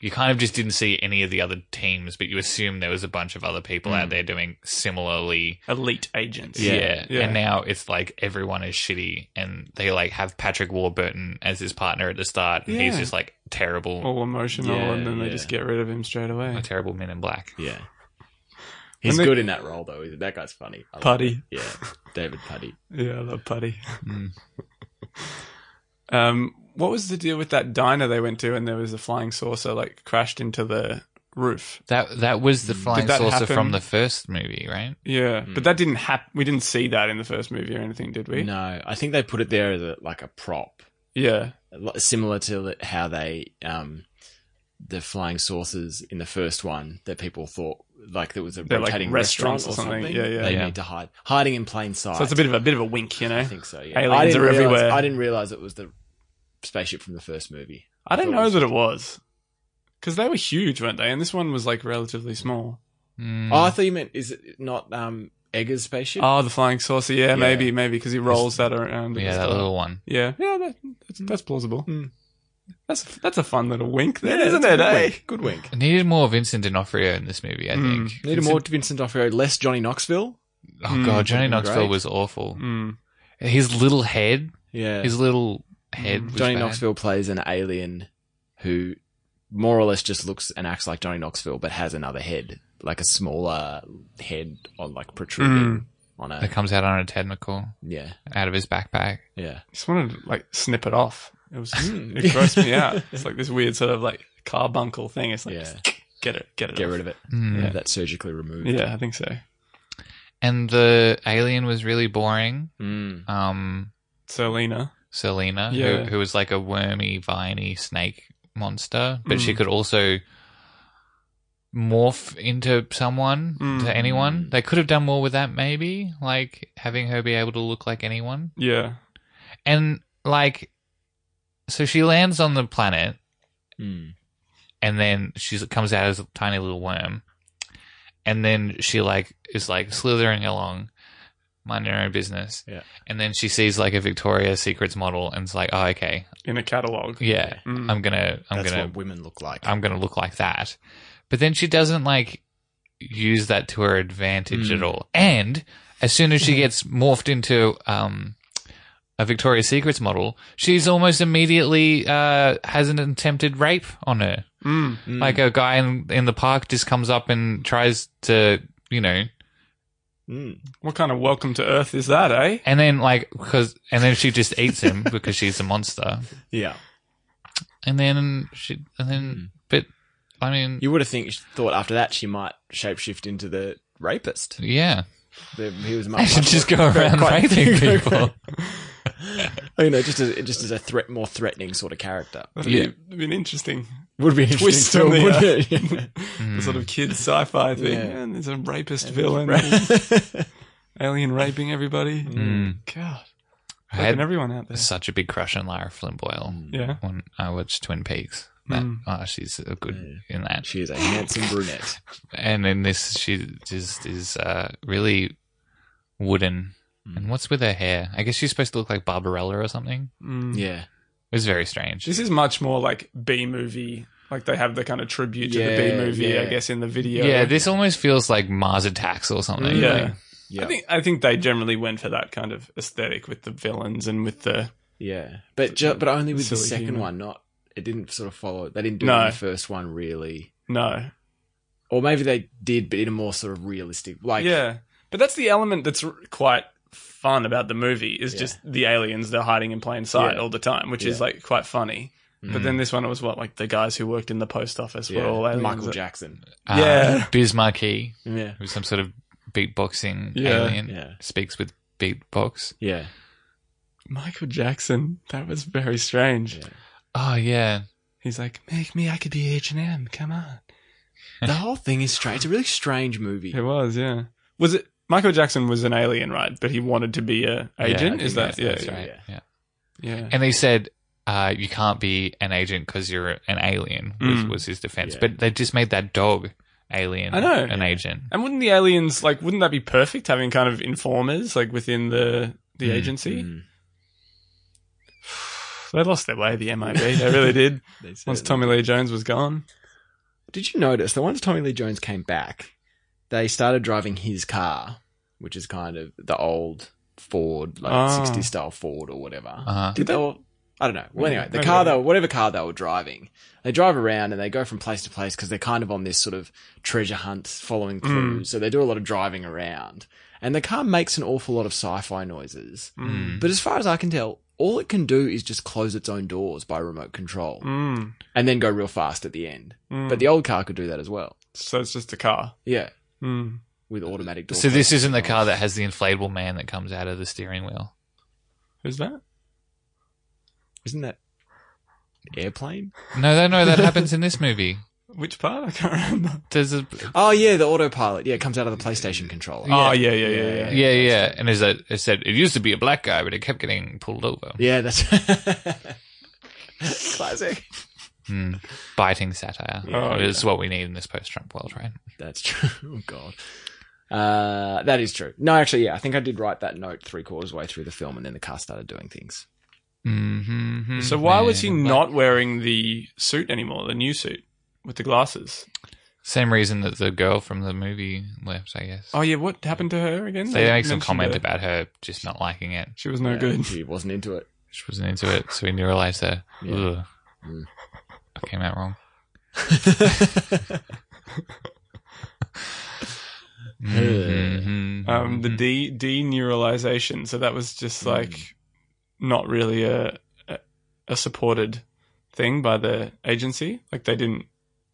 Speaker 2: You kind of just didn't see any of the other teams, but you assume there was a bunch of other people
Speaker 3: Mm.
Speaker 2: out there doing similarly
Speaker 3: Elite agents.
Speaker 1: Yeah.
Speaker 2: Yeah.
Speaker 3: Yeah.
Speaker 2: And now it's like everyone is shitty and they like have Patrick Warburton as his partner at the start and he's
Speaker 3: Yeah. Oh,
Speaker 2: just like terrible
Speaker 3: All emotional,
Speaker 1: Yeah,
Speaker 3: and then they
Speaker 1: yeah.
Speaker 3: just get rid of him straight
Speaker 2: a
Speaker 3: away.
Speaker 2: terrible men in black.
Speaker 1: Yeah. He's
Speaker 3: And the-
Speaker 1: good in that role though. That guy's funny. I love
Speaker 3: Putty.
Speaker 1: it. Yeah. David Putty.
Speaker 3: Yeah, I love Putty.
Speaker 2: Mm.
Speaker 3: Um, what was the deal with that diner they went to and there was a flying saucer like crashed into the roof?
Speaker 2: That that was the flying
Speaker 3: that
Speaker 2: saucer
Speaker 3: happen?
Speaker 2: from the first movie, right?
Speaker 3: Yeah, but
Speaker 1: Hmm.
Speaker 3: that didn't happen. We didn't see that in the first movie or anything, did we?
Speaker 1: No, I think they put it there as a, like a prop,
Speaker 3: Yeah,
Speaker 1: Li- similar to the- how they um the flying saucers in the first one that people thought like there was a
Speaker 3: They're like
Speaker 1: rotating
Speaker 3: restaurants
Speaker 1: restaurant
Speaker 3: or
Speaker 1: or something.
Speaker 3: something. Yeah, yeah.
Speaker 1: They
Speaker 2: Yeah.
Speaker 1: need to hide, hiding in plain sight.
Speaker 3: so it's a bit of a bit of a wink, you know.
Speaker 1: I think so. Yeah,
Speaker 3: Aliens
Speaker 1: I didn't
Speaker 3: are
Speaker 1: realize,
Speaker 3: everywhere.
Speaker 1: I didn't realize it was the spaceship from the first movie.
Speaker 3: I don't
Speaker 1: thought
Speaker 3: know
Speaker 1: was-
Speaker 3: that it was because they were huge, weren't they? And this one was like relatively small.
Speaker 2: Mm.
Speaker 1: Oh, I thought you meant is it not um Eggers' spaceship?
Speaker 3: Oh, the flying saucer. Yeah,
Speaker 1: Yeah.
Speaker 3: maybe, maybe because he rolls that around. at
Speaker 2: yeah,
Speaker 3: the
Speaker 2: that
Speaker 3: start.
Speaker 2: little one.
Speaker 3: Yeah, yeah, that, that's, that's plausible.
Speaker 1: Hmm.
Speaker 3: That's that's a fun little wink, there,
Speaker 1: Yeah,
Speaker 3: not
Speaker 1: that's a
Speaker 3: it?
Speaker 1: good
Speaker 3: eh?
Speaker 1: wink. Good wink.
Speaker 2: I needed more Vincent D'Onofrio in this movie, I
Speaker 3: Mm.
Speaker 2: think.
Speaker 1: Needed more Vincent D'Onofrio, less Johnny Knoxville.
Speaker 2: Oh
Speaker 3: Mm.
Speaker 2: god, Johnny
Speaker 1: Fucking
Speaker 2: Knoxville
Speaker 1: great.
Speaker 2: was awful.
Speaker 3: Mm.
Speaker 2: His little head,
Speaker 1: Yeah,
Speaker 2: his little head. Was
Speaker 1: Johnny
Speaker 2: bad.
Speaker 1: Knoxville plays an alien who more or less just looks and acts like Johnny Knoxville, but has another head, like a smaller head on like
Speaker 2: Mm.
Speaker 1: protruding on
Speaker 2: that
Speaker 1: a
Speaker 2: comes out on a technical
Speaker 1: yeah,
Speaker 2: out of his backpack.
Speaker 1: yeah.
Speaker 3: just wanted to like snip it off. It was
Speaker 1: Hmm.
Speaker 3: it grossed me out. It's like this weird sort of like carbuncle thing. It's like
Speaker 1: Yeah.
Speaker 3: just get it, get it,
Speaker 1: Get
Speaker 3: off.
Speaker 1: rid of it.
Speaker 2: Mm.
Speaker 1: Have that surgically removed.
Speaker 3: Yeah, I think so.
Speaker 2: And the alien was really boring.
Speaker 1: Mm.
Speaker 2: Um
Speaker 3: Selena.
Speaker 2: Selena,
Speaker 3: Yeah.
Speaker 2: who, who was like a wormy, viney snake monster, but she
Speaker 3: Mm.
Speaker 2: could also morph into someone,
Speaker 3: Mm.
Speaker 2: to anyone. They could have done more with that, maybe, like having her be able to look like anyone.
Speaker 3: Yeah.
Speaker 2: And like, so she lands on the planet,
Speaker 1: Mm.
Speaker 2: and then she comes out as a tiny little worm, and then she like is like slithering along, mind your own business.
Speaker 1: Yeah.
Speaker 2: And then she sees like a Victoria's Secrets model and it's like, oh, okay,
Speaker 3: in a catalog.
Speaker 2: yeah,
Speaker 3: Mm.
Speaker 2: I'm gonna, I'm
Speaker 1: That's
Speaker 2: gonna,
Speaker 1: what women look like.
Speaker 2: I'm gonna look like that. But then she doesn't like use that to her advantage
Speaker 1: Mm.
Speaker 2: at all. And as soon as she gets morphed into um, a Victoria's Secrets model, she's almost immediately uh, has an attempted rape on her.
Speaker 3: Mm.
Speaker 1: Mm.
Speaker 2: Like a guy in in the park just comes up and tries to, you know,
Speaker 1: Mm.
Speaker 3: What kind of welcome to Earth is that, eh?
Speaker 2: and then like because and then she just eats him because she's a monster.
Speaker 1: yeah.
Speaker 2: And then she and then but I mean
Speaker 1: Hmm. You would have think, thought after that she might shapeshift into the rapist.
Speaker 2: yeah,
Speaker 1: The, he was much,
Speaker 2: I should
Speaker 1: much
Speaker 2: just go around
Speaker 1: quite-
Speaker 2: raping people.
Speaker 1: you know, just as just as a threat, more threatening sort of character
Speaker 3: That'd
Speaker 2: Yeah.
Speaker 3: be, that'd be an interesting,
Speaker 1: would be an
Speaker 3: Twist
Speaker 1: interesting
Speaker 3: on
Speaker 1: film,
Speaker 3: the,
Speaker 1: wouldn't
Speaker 3: uh,
Speaker 1: it? Yeah.
Speaker 2: Hmm.
Speaker 3: the sort of kid sci-fi thing.
Speaker 1: Hmm. Yeah.
Speaker 3: And there's a rapist villain, alien raping everybody.
Speaker 1: Hmm.
Speaker 2: Mm.
Speaker 3: God,
Speaker 2: I
Speaker 3: raping
Speaker 2: had
Speaker 3: everyone out there.
Speaker 2: such a big crush on Lara Flynn Boyle
Speaker 3: Yeah.
Speaker 2: when I watched Twin Peaks. That,
Speaker 3: Mm.
Speaker 2: oh, she's a good in that.
Speaker 1: she is a handsome brunette.
Speaker 2: And in this, she just is uh, really wooden. And what's with her hair? I guess she's supposed to look like Barbarella or something.
Speaker 3: Mm.
Speaker 1: Yeah,
Speaker 2: It was very strange.
Speaker 3: This is much more like B movie. Like they have the kind of tribute to the
Speaker 1: Yeah,
Speaker 3: B movie, I
Speaker 1: yeah.
Speaker 3: guess, in the video.
Speaker 2: yeah, this almost feels like Mars Attacks or something.
Speaker 1: Mm.
Speaker 3: Yeah.
Speaker 2: Like,
Speaker 1: yeah,
Speaker 3: I think I think they generally went for that kind of aesthetic with the villains and with the
Speaker 1: yeah. But ju- but only with the
Speaker 3: Silly
Speaker 1: second
Speaker 3: humour.
Speaker 1: one. Not it didn't sort of follow. They didn't do it
Speaker 3: No.
Speaker 1: in the first one really,
Speaker 3: no,
Speaker 1: or maybe they did, but in a more sort of realistic. Like
Speaker 3: yeah. But that's the element that's r- quite fun about the movie is
Speaker 1: Yeah.
Speaker 3: just the aliens they're hiding in plain sight
Speaker 1: Yeah.
Speaker 3: all the time, which is
Speaker 1: Yeah.
Speaker 3: like quite funny. But then this one was what like the guys who worked in the post office
Speaker 1: mm, yeah,
Speaker 3: were all aliens.
Speaker 1: Michael Jackson.
Speaker 2: uh,
Speaker 3: Yeah.
Speaker 2: Bismarcky,
Speaker 1: Yeah,
Speaker 2: who's some sort of beatboxing
Speaker 3: Yeah.
Speaker 2: alien,
Speaker 1: Yeah.
Speaker 2: speaks with beatbox.
Speaker 1: yeah,
Speaker 3: Michael Jackson. That was very strange.
Speaker 1: yeah.
Speaker 2: Oh, yeah.
Speaker 3: He's like, make me. I could be H and M. Come on.
Speaker 1: the whole thing is strange. It's a really strange movie.
Speaker 3: It was, yeah. Was it Michael Jackson was an alien, right? But he wanted to be a
Speaker 2: Yeah,
Speaker 3: agent.
Speaker 2: I
Speaker 3: is
Speaker 2: think
Speaker 3: that yeah?
Speaker 2: that's
Speaker 1: yeah,
Speaker 2: right.
Speaker 1: yeah.
Speaker 2: yeah.
Speaker 3: Yeah.
Speaker 2: And they said, uh, you can't be an agent because you're an alien, was,
Speaker 3: Mm.
Speaker 2: was his defense.
Speaker 1: Yeah.
Speaker 2: But they just made that dog alien
Speaker 3: I know.
Speaker 2: an agent.
Speaker 3: And wouldn't the aliens like? Wouldn't that be perfect having kind of informers like within the the
Speaker 2: Mm,
Speaker 3: agency?
Speaker 1: Mm.
Speaker 3: They lost their way, the MIB. They really did.
Speaker 1: They
Speaker 3: Once
Speaker 1: certainly-
Speaker 3: Tommy Lee Jones was gone.
Speaker 1: Did you notice that once Tommy Lee Jones came back, they started driving his car, which is kind of the old Ford, like
Speaker 3: Ah.
Speaker 1: 60s style Ford or whatever.
Speaker 2: Uh-huh.
Speaker 1: Did they? all- I don't know. Well,
Speaker 3: Yeah,
Speaker 1: anyway, the
Speaker 3: maybe
Speaker 1: car
Speaker 3: they-
Speaker 1: they were, whatever car they were driving, they drive around and they go from place to place because they're kind of on this sort of treasure hunt, following clues. So they do a lot of driving around, and the car makes an awful lot of sci-fi noises.
Speaker 2: Mm.
Speaker 1: But as far as I can tell, all it can do is just close its own doors by remote control
Speaker 3: Mm.
Speaker 1: and then go real fast at the end.
Speaker 3: Mm.
Speaker 1: But the old car could do that as well.
Speaker 3: so it's just a car.
Speaker 1: Yeah,
Speaker 3: Mm.
Speaker 1: with automatic. Door
Speaker 2: So this
Speaker 1: closing
Speaker 2: isn't the
Speaker 1: controls.
Speaker 2: car that has the inflatable man that comes out of the steering wheel.
Speaker 3: Who's that?
Speaker 1: isn't that airplane.
Speaker 2: No, no, no, that happens in this movie.
Speaker 3: Which part? I can't remember.
Speaker 2: There's a
Speaker 1: Oh yeah, the autopilot. Yeah, it comes out of the PlayStation controller.
Speaker 3: Oh yeah, yeah, yeah, yeah.
Speaker 1: Yeah.
Speaker 2: yeah, yeah, and there's a it said it used to be a black guy, but it kept getting pulled over.
Speaker 1: Yeah, that's classic.
Speaker 2: Hmm. Biting satire.
Speaker 3: Oh,
Speaker 2: It is what we need in this post-Trump world, right?
Speaker 1: That's true. Oh god. Uh, that is true. No, actually, yeah, I think I did write that note three quarters way through the film, and then the car started doing things.
Speaker 2: Mm-hmm.
Speaker 3: So why was he not wearing the suit anymore? The new suit with the glasses.
Speaker 2: Same reason that the girl from the movie left, I guess.
Speaker 3: Oh yeah, what happened to her again?
Speaker 2: they make some
Speaker 3: mentioned
Speaker 2: comment
Speaker 3: her.
Speaker 2: about her just not liking it.
Speaker 3: She was no
Speaker 1: Yeah,
Speaker 3: good.
Speaker 1: He wasn't into it.
Speaker 2: She wasn't into it, so we realized that.
Speaker 1: Yeah.
Speaker 2: Ugh,
Speaker 1: Mm.
Speaker 2: I came out wrong. Mhm.
Speaker 3: Um, the de deneuralization. So that was just
Speaker 2: Mm.
Speaker 3: like not really a, a a supported thing by the agency. Like they didn't,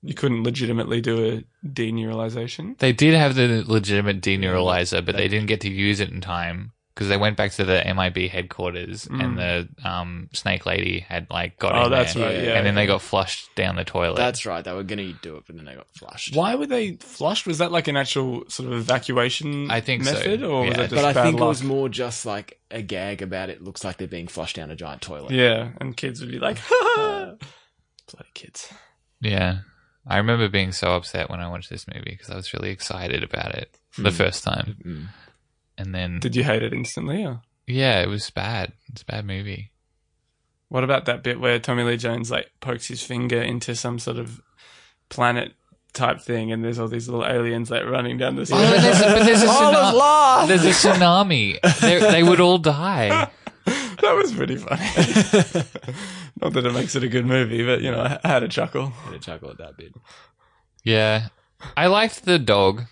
Speaker 3: you couldn't legitimately do a deneuralization.
Speaker 2: they did have the legitimate deneuralizer, but they didn't get to use it in time because they went back to the MIB headquarters, and the um, snake lady had like got
Speaker 3: Mm. Oh,
Speaker 2: in
Speaker 3: that's
Speaker 2: there,
Speaker 3: right.
Speaker 1: Yeah.
Speaker 3: Yeah.
Speaker 2: and then they got flushed down the toilet.
Speaker 1: That's right. They were going to do it, but then they got flushed.
Speaker 3: why were they flushed? Was that like an actual sort of evacuation?
Speaker 2: I think so.
Speaker 3: method, or was
Speaker 2: Yeah.
Speaker 3: that just
Speaker 1: But I
Speaker 3: bad
Speaker 1: think
Speaker 3: luck?
Speaker 1: it was more just like a gag about it. Looks like they're being flushed down a giant toilet.
Speaker 3: yeah, and kids would be like, ha ha. bloody kids.
Speaker 2: yeah. I remember being so upset when I watched this movie because I was really excited about it the
Speaker 1: Hmm.
Speaker 2: first time.
Speaker 1: Mm.
Speaker 2: and then
Speaker 3: Did you hate it instantly? Or
Speaker 2: yeah, it was bad. It's a bad movie.
Speaker 3: what about that bit where Tommy Lee Jones like pokes his finger into some sort of planet type thing, and there's all these little aliens like running down the
Speaker 2: but
Speaker 3: street?
Speaker 2: there's, but
Speaker 1: Oh,
Speaker 2: there's a
Speaker 3: All
Speaker 2: tsunami.
Speaker 3: is lost.
Speaker 2: There's a tsunami. They're- they would all die.
Speaker 3: that was pretty funny. Not that it makes it a good movie, but you know, I I had a chuckle.
Speaker 1: I had a chuckle at that bit.
Speaker 2: Yeah, I liked the dog.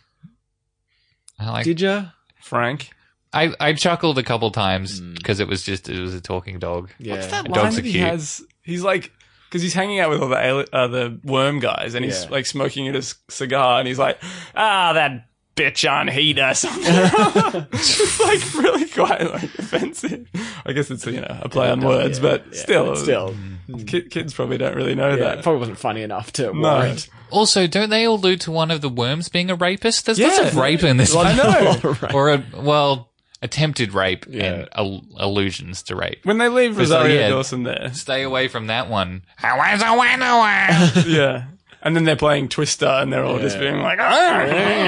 Speaker 2: I like.
Speaker 1: Did you?
Speaker 3: Frank,
Speaker 2: I I chuckled a couple times because it was just it was a talking dog.
Speaker 1: Yeah.
Speaker 3: what's that
Speaker 2: And dogs
Speaker 3: line
Speaker 2: are
Speaker 3: that he
Speaker 2: cute.
Speaker 3: has? He's like. Because he's hanging out with all the ali- uh, the worm guys, and he's
Speaker 1: Yeah.
Speaker 3: like smoking at his cigar, and he's like, "Ah, that bitch on heater." Something. it's like really quite like offensive. I guess it's you know a play on words,
Speaker 1: Yeah,
Speaker 3: but
Speaker 1: yeah,
Speaker 3: still,
Speaker 1: but still,
Speaker 3: ki- kids probably don't really know
Speaker 1: yeah, it
Speaker 3: that.
Speaker 1: probably wasn't funny enough to
Speaker 3: No.
Speaker 1: warrant.
Speaker 2: Also, don't they allude to one of the worms being a rapist? There's lots
Speaker 3: Yeah.
Speaker 2: of rape in this,
Speaker 3: I know.
Speaker 1: Alright.
Speaker 2: or a well attempted rape
Speaker 1: Yeah.
Speaker 2: and al- allusions to rape.
Speaker 3: When they leave
Speaker 2: It's like,
Speaker 3: Rosario
Speaker 2: yeah.
Speaker 3: Dawson there,
Speaker 2: Stay away from that one. That's
Speaker 3: yeah. And then they're playing Twister, and they're all just being like,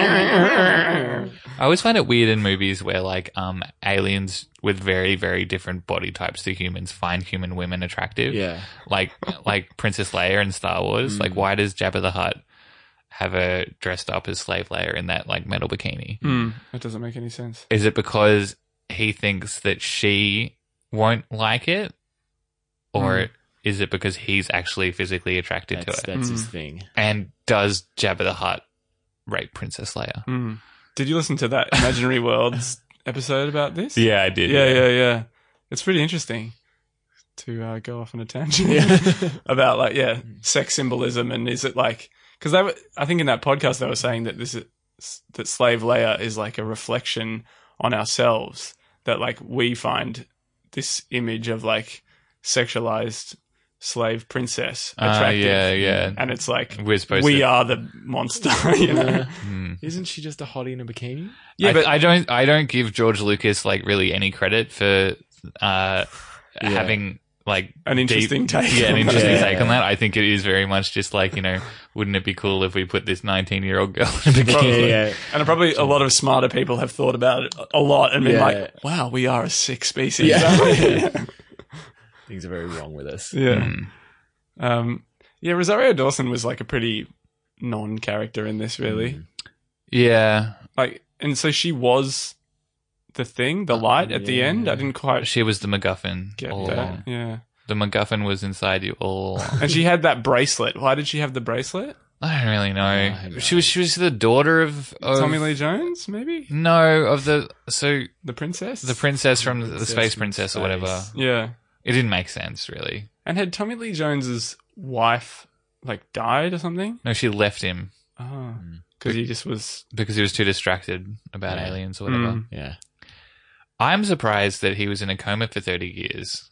Speaker 3: "Ah."
Speaker 2: I always find it weird in movies where like um aliens with very very different body types to humans find human women attractive.
Speaker 1: Yeah.
Speaker 2: Like like Princess Leia in Star Wars. Like why does Jabba the Hutt have her dressed up as slave Leia in that like metal bikini?
Speaker 3: Hmm, that doesn't make any sense.
Speaker 2: Is it because he thinks that she won't like it, or is it because he's actually physically attracted
Speaker 1: That's,
Speaker 2: to it?
Speaker 1: that's
Speaker 3: Mm.
Speaker 1: his thing.
Speaker 2: And does Jabba the Hutt rape Princess Leia?
Speaker 3: Hmm. Did you listen to that Imaginary Worlds episode about this?
Speaker 2: Yeah, I did.
Speaker 3: yeah, yeah, yeah. It's pretty interesting to uh, go off on a tangent about like yeah, sex symbolism and is it like because they were I think in that podcast they were saying that this is that slave Leia is like a reflection on ourselves that like we find this image of like sexualized slave princess
Speaker 2: Ah,
Speaker 3: attractive.
Speaker 2: yeah, yeah.
Speaker 3: And it's like
Speaker 2: We're supposed
Speaker 3: we
Speaker 2: to.
Speaker 3: are the monster, you know.
Speaker 2: Hmm.
Speaker 1: Isn't she just a hottie in a bikini?
Speaker 3: Yeah,
Speaker 2: I,
Speaker 3: but-
Speaker 2: I don't. I don't give George Lucas like really any credit for uh, having like
Speaker 3: An interesting take.
Speaker 2: Yeah, an
Speaker 3: on that.
Speaker 2: interesting
Speaker 1: Yeah.
Speaker 2: take on that. I think it is very much just like you know, wouldn't it be cool if we put this nineteen-year-old girl in a bikini?
Speaker 3: Probably.
Speaker 1: Yeah,
Speaker 3: And probably a lot of smarter people have thought about it a lot and been
Speaker 1: Yeah.
Speaker 3: like, wow, we are a sick species.
Speaker 1: Yeah. things are very wrong with us.
Speaker 3: yeah.
Speaker 2: Mm.
Speaker 3: Um, yeah, Rosario Dawson was like a pretty non character in this, really.
Speaker 2: Mm. Yeah,
Speaker 3: Like, and so she was the thing, the light at the
Speaker 1: yeah.
Speaker 3: end. I didn't quite
Speaker 2: Uh, she was the MacGuffin
Speaker 3: get
Speaker 2: all
Speaker 3: that.
Speaker 2: along.
Speaker 3: Yeah.
Speaker 2: The MacGuffin was inside you all. along.
Speaker 3: And she had that bracelet. Why did she have the bracelet?
Speaker 2: I don't really know.
Speaker 1: I know.
Speaker 2: She was she was the daughter of, of
Speaker 3: Tommy Lee Jones, maybe?
Speaker 2: No, of the so
Speaker 3: The princess?
Speaker 2: the princess from the,
Speaker 1: Princess
Speaker 2: space
Speaker 1: from
Speaker 2: princess or
Speaker 1: space.
Speaker 2: whatever.
Speaker 3: Yeah.
Speaker 2: It didn't make sense really.
Speaker 3: And had Tommy Lee Jones's wife, like, died or something?
Speaker 2: No, she left him
Speaker 3: Oh.
Speaker 1: Mm.
Speaker 3: Because he just was.
Speaker 2: because he was too distracted about
Speaker 1: Yeah.
Speaker 2: aliens or whatever.
Speaker 3: Mm.
Speaker 1: Yeah,
Speaker 2: I'm surprised that he was in a coma for 30 years,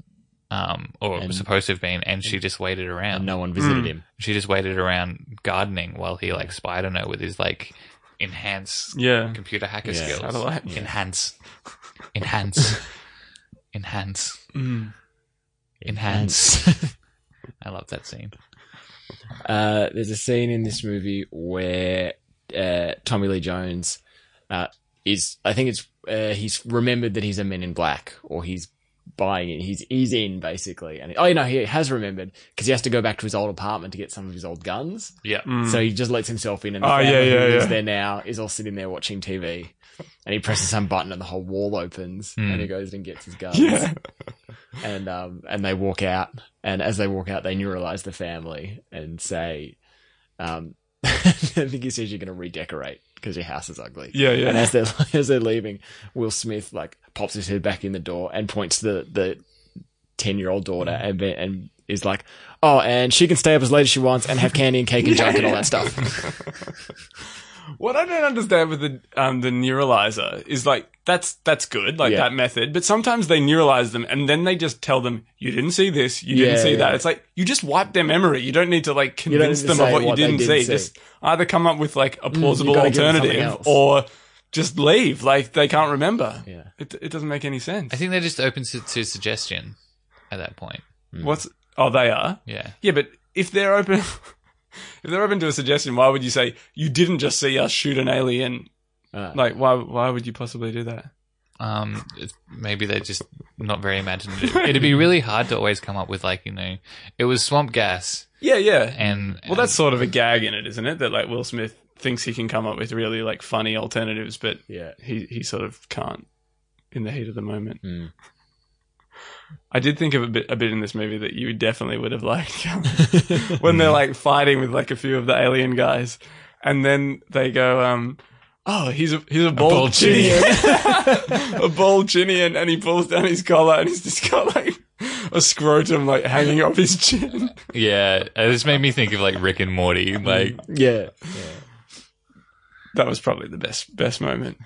Speaker 2: um, or
Speaker 1: And-
Speaker 2: supposed to have been, and she just waited
Speaker 1: and
Speaker 2: around.
Speaker 1: no one visited
Speaker 3: Mm.
Speaker 1: him.
Speaker 2: She just waited around gardening while he like spider note with his like enhance
Speaker 3: Yeah.
Speaker 2: computer hacker
Speaker 1: Yeah.
Speaker 2: skills.
Speaker 3: Satellite.
Speaker 2: Enhance, enhance, enhance,
Speaker 3: Mm,
Speaker 2: enhance. I love that scene.
Speaker 1: Uh, there's a scene in this movie where uh, Tommy Lee Jones uh, is, I think it's, uh, he's remembered that he's a Men in Black, or he's buying it. He's he's in basically, and oh, you know, he has remembered because he has to go back to his old apartment to get some of his old guns.
Speaker 2: Yeah.
Speaker 3: Mm.
Speaker 1: So he just lets himself in, and the
Speaker 3: Hmm. Oh, yeah,
Speaker 1: family who
Speaker 3: yeah,
Speaker 1: lives
Speaker 3: yeah.
Speaker 1: there now is all sitting there watching TV. And he presses some button, and the whole wall opens,
Speaker 2: Mm.
Speaker 1: and he goes and gets his guns
Speaker 3: Hmm. Yeah.
Speaker 1: and um, and they walk out, and as they walk out, they neuralize the family and say, um, "I think he says you're going to redecorate because your house is ugly."
Speaker 3: Yeah, yeah.
Speaker 1: And as they're as they're leaving, Will Smith like pops his head back in the door and points to the the ten year old daughter
Speaker 2: Mm.
Speaker 1: and be- and is like, "Oh, and she can stay up as late as she wants and have candy and cake and junk and all that stuff."
Speaker 3: What I don't understand with the um, the neuralizer is like that's that's good, like
Speaker 1: Yeah.
Speaker 3: that method. But sometimes they neuralize them and then they just tell them you didn't see this, you didn't
Speaker 1: Yeah,
Speaker 3: see that.
Speaker 1: yeah.
Speaker 3: It's like you just wipe their memory. You don't need to like
Speaker 1: don't need
Speaker 3: convince
Speaker 1: to
Speaker 3: them of
Speaker 1: say
Speaker 3: what you
Speaker 1: what they
Speaker 3: didn't,
Speaker 1: didn't
Speaker 3: see.
Speaker 1: see. Mm,
Speaker 3: Just either come up with like a plausible
Speaker 1: gotta give them something
Speaker 3: alternative
Speaker 1: else.
Speaker 3: or just leave. Like they can't remember.
Speaker 1: Yeah.
Speaker 3: It it doesn't make any sense.
Speaker 2: I think they're just open to, to suggestion at that point.
Speaker 3: What's oh they are
Speaker 2: Yeah.
Speaker 3: yeah, but if they're open. If they're open to a suggestion, why would you say you didn't just see us shoot an alien?
Speaker 1: Uh,
Speaker 3: Like, why? Why would you possibly do that?
Speaker 2: Um, it's- maybe they're just not very imaginative. It'd be really hard to always come up with like you know, it was swamp gas
Speaker 3: Yeah, yeah.
Speaker 2: and
Speaker 3: Well, that's sort of a gag in it, isn't it? That like Will Smith thinks he can come up with really like funny alternatives, but
Speaker 1: Yeah.
Speaker 3: he he sort of can't in the heat of the moment.
Speaker 1: Hmm.
Speaker 3: I did think of a bit a bit in this movie that you definitely would have liked um, when they're like fighting with like a few of the alien guys, and then they go, um, "Oh, he's a he's a bald,
Speaker 2: bald
Speaker 3: Chinian, a bald Chinian," and he pulls down his collar and he's just got like a scrotum like hanging off his chin.
Speaker 2: yeah. uh, This made me think of like Rick and Morty. Like,
Speaker 1: Yeah.
Speaker 3: That was probably the best best moment.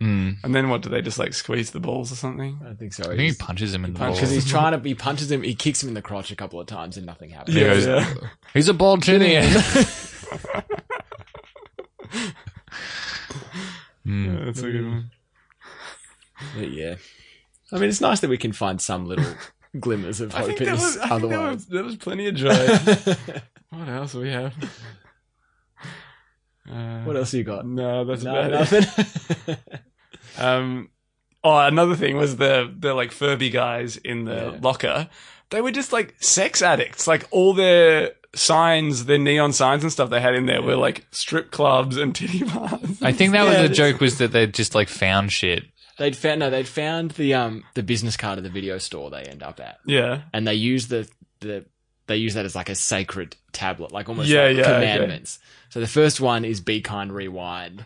Speaker 2: mm.
Speaker 3: And then what do they just like squeeze the balls or something?
Speaker 1: I think so.
Speaker 2: I think he punches him in the
Speaker 1: Because
Speaker 2: balls.
Speaker 1: he's trying to, he punches him, he kicks him in the crotch a couple of times and nothing happens.
Speaker 2: Yeah. goes- He's a bald Chinian. Mm.
Speaker 3: Yeah, that's a good one.
Speaker 1: But yeah. I mean, it's nice that we can find some little glimmers of
Speaker 3: I
Speaker 1: hope
Speaker 3: think,
Speaker 1: in
Speaker 3: that
Speaker 1: this
Speaker 3: was, I think that,
Speaker 1: otherwise.
Speaker 3: was, that was plenty of joy. what else do we have? Uh,
Speaker 1: what else you got?
Speaker 3: No, that's
Speaker 1: No,
Speaker 3: about it.
Speaker 1: nothing.
Speaker 3: Um, oh, another thing was the the like Furby guys in the
Speaker 1: Yeah.
Speaker 3: locker. They were just like sex addicts. Like all their signs, their neon signs and stuff they had in there were like strip clubs and titty bars.
Speaker 2: I think
Speaker 1: Yeah,
Speaker 2: that was
Speaker 1: it
Speaker 2: the
Speaker 1: is.
Speaker 2: joke was that they just like found shit.
Speaker 1: they'd found no, they'd found the um the business card of the video store they end up at,
Speaker 3: yeah.
Speaker 1: and they use the the they use that as like a sacred tablet, like almost
Speaker 3: Yeah,
Speaker 1: like
Speaker 3: yeah, okay.
Speaker 1: commandments. So the first one is be kind, rewind.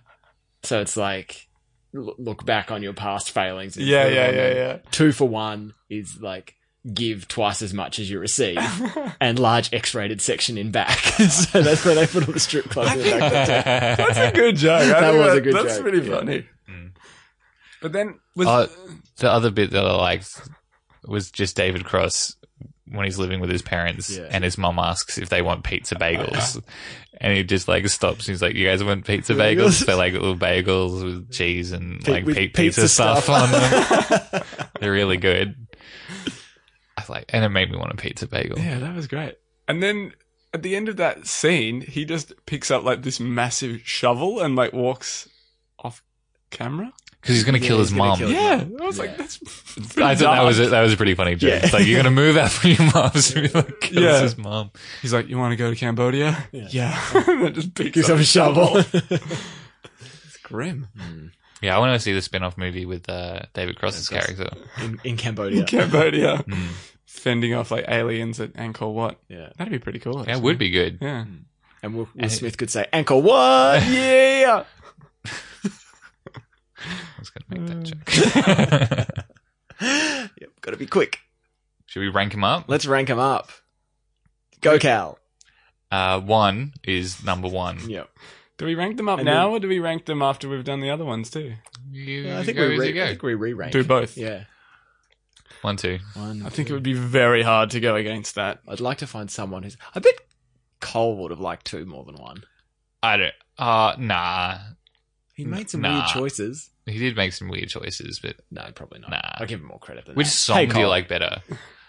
Speaker 1: So it's like l- look back on your past failings. and
Speaker 3: Yeah,
Speaker 1: improve
Speaker 3: yeah,
Speaker 1: on them.
Speaker 3: yeah,
Speaker 1: Two for one is like give twice as much as you receive.
Speaker 3: yeah.
Speaker 1: and large X-rated section in back. so that's where they put all the strip clubs in the back.
Speaker 3: that's a good joke. I
Speaker 1: That
Speaker 3: think
Speaker 1: was a good
Speaker 3: That's
Speaker 1: joke,
Speaker 3: pretty
Speaker 1: yeah.
Speaker 3: funny.
Speaker 2: Mm.
Speaker 3: But then was
Speaker 2: Uh, the other bit that I liked was just David Cross when he's living with his parents
Speaker 1: Yeah.
Speaker 2: and his mum asks if they want pizza bagels. and he just like stops. He's like, You guys want pizza bagels?
Speaker 1: Bagels.
Speaker 2: They're like little bagels with cheese and
Speaker 1: Pe-
Speaker 2: like
Speaker 1: with
Speaker 2: pe- pizza,
Speaker 1: pizza
Speaker 2: stuff,
Speaker 1: stuff.
Speaker 2: on them. They're really good. I was like, and it made me want a pizza bagel.
Speaker 3: Yeah, that was great. And then at the end of that scene, he just picks up like this massive shovel and like walks off camera.
Speaker 2: Because he's going to
Speaker 1: Yeah,
Speaker 2: kill
Speaker 1: he's
Speaker 2: his
Speaker 1: gonna
Speaker 2: mum.
Speaker 1: kill his
Speaker 3: Yeah,
Speaker 1: Yeah.
Speaker 3: I was like,
Speaker 1: Yeah.
Speaker 3: that's.
Speaker 2: I thought that was a,
Speaker 3: it.
Speaker 2: that was a pretty funny joke.
Speaker 1: Yeah.
Speaker 2: It's like you're gonna move out from your mom's. You're like, kills
Speaker 3: Yeah.
Speaker 2: his mom.
Speaker 3: He's like, you want to go to Cambodia?
Speaker 1: Yeah.
Speaker 3: And then just picks
Speaker 1: Gives
Speaker 3: up
Speaker 1: up a shovel.
Speaker 3: It's grim.
Speaker 2: Yeah, I want to see the spin-off movie with uh, David Cross's
Speaker 1: Cross.
Speaker 2: character.
Speaker 1: in, in Cambodia.
Speaker 3: Cambodia,
Speaker 2: Mm.
Speaker 3: fending off like aliens at Angkor Wat.
Speaker 1: Yeah.
Speaker 3: That'd be pretty cool.
Speaker 2: Yeah, it
Speaker 3: actually.
Speaker 2: would be good.
Speaker 3: Yeah.
Speaker 1: Mm. And Will, Will
Speaker 2: And-
Speaker 1: Smith could say, Ankle what?
Speaker 3: yeah.
Speaker 2: I was gonna make that joke.
Speaker 1: yep, gotta be quick.
Speaker 2: Should we rank him up?
Speaker 1: Let's rank them up. Go Cal.
Speaker 2: Uh, one is number one.
Speaker 1: Yep.
Speaker 3: Do we rank them up
Speaker 1: And
Speaker 3: now,
Speaker 1: then-
Speaker 3: or do we rank them after we've done the other ones too?
Speaker 2: You
Speaker 1: Yeah, I, think
Speaker 2: go
Speaker 1: we
Speaker 2: as you
Speaker 1: re- I
Speaker 2: go.
Speaker 1: think we re-rank.
Speaker 3: Do both.
Speaker 1: Yeah.
Speaker 2: One, two.
Speaker 1: One,
Speaker 3: I think it
Speaker 1: two.
Speaker 3: would be very hard to go against that.
Speaker 1: I'd like to find someone who's... I bet Cole would have liked two more than one.
Speaker 2: I don't. Uh, nah.
Speaker 1: He
Speaker 2: N-
Speaker 1: made some
Speaker 2: nah.
Speaker 1: weird choices.
Speaker 2: He did make some weird choices, but
Speaker 1: No, probably not.
Speaker 2: Nah.
Speaker 1: I'll give him more credit than
Speaker 2: which
Speaker 1: that.
Speaker 2: song
Speaker 1: Hey,
Speaker 2: do you
Speaker 1: Cole.
Speaker 2: like better?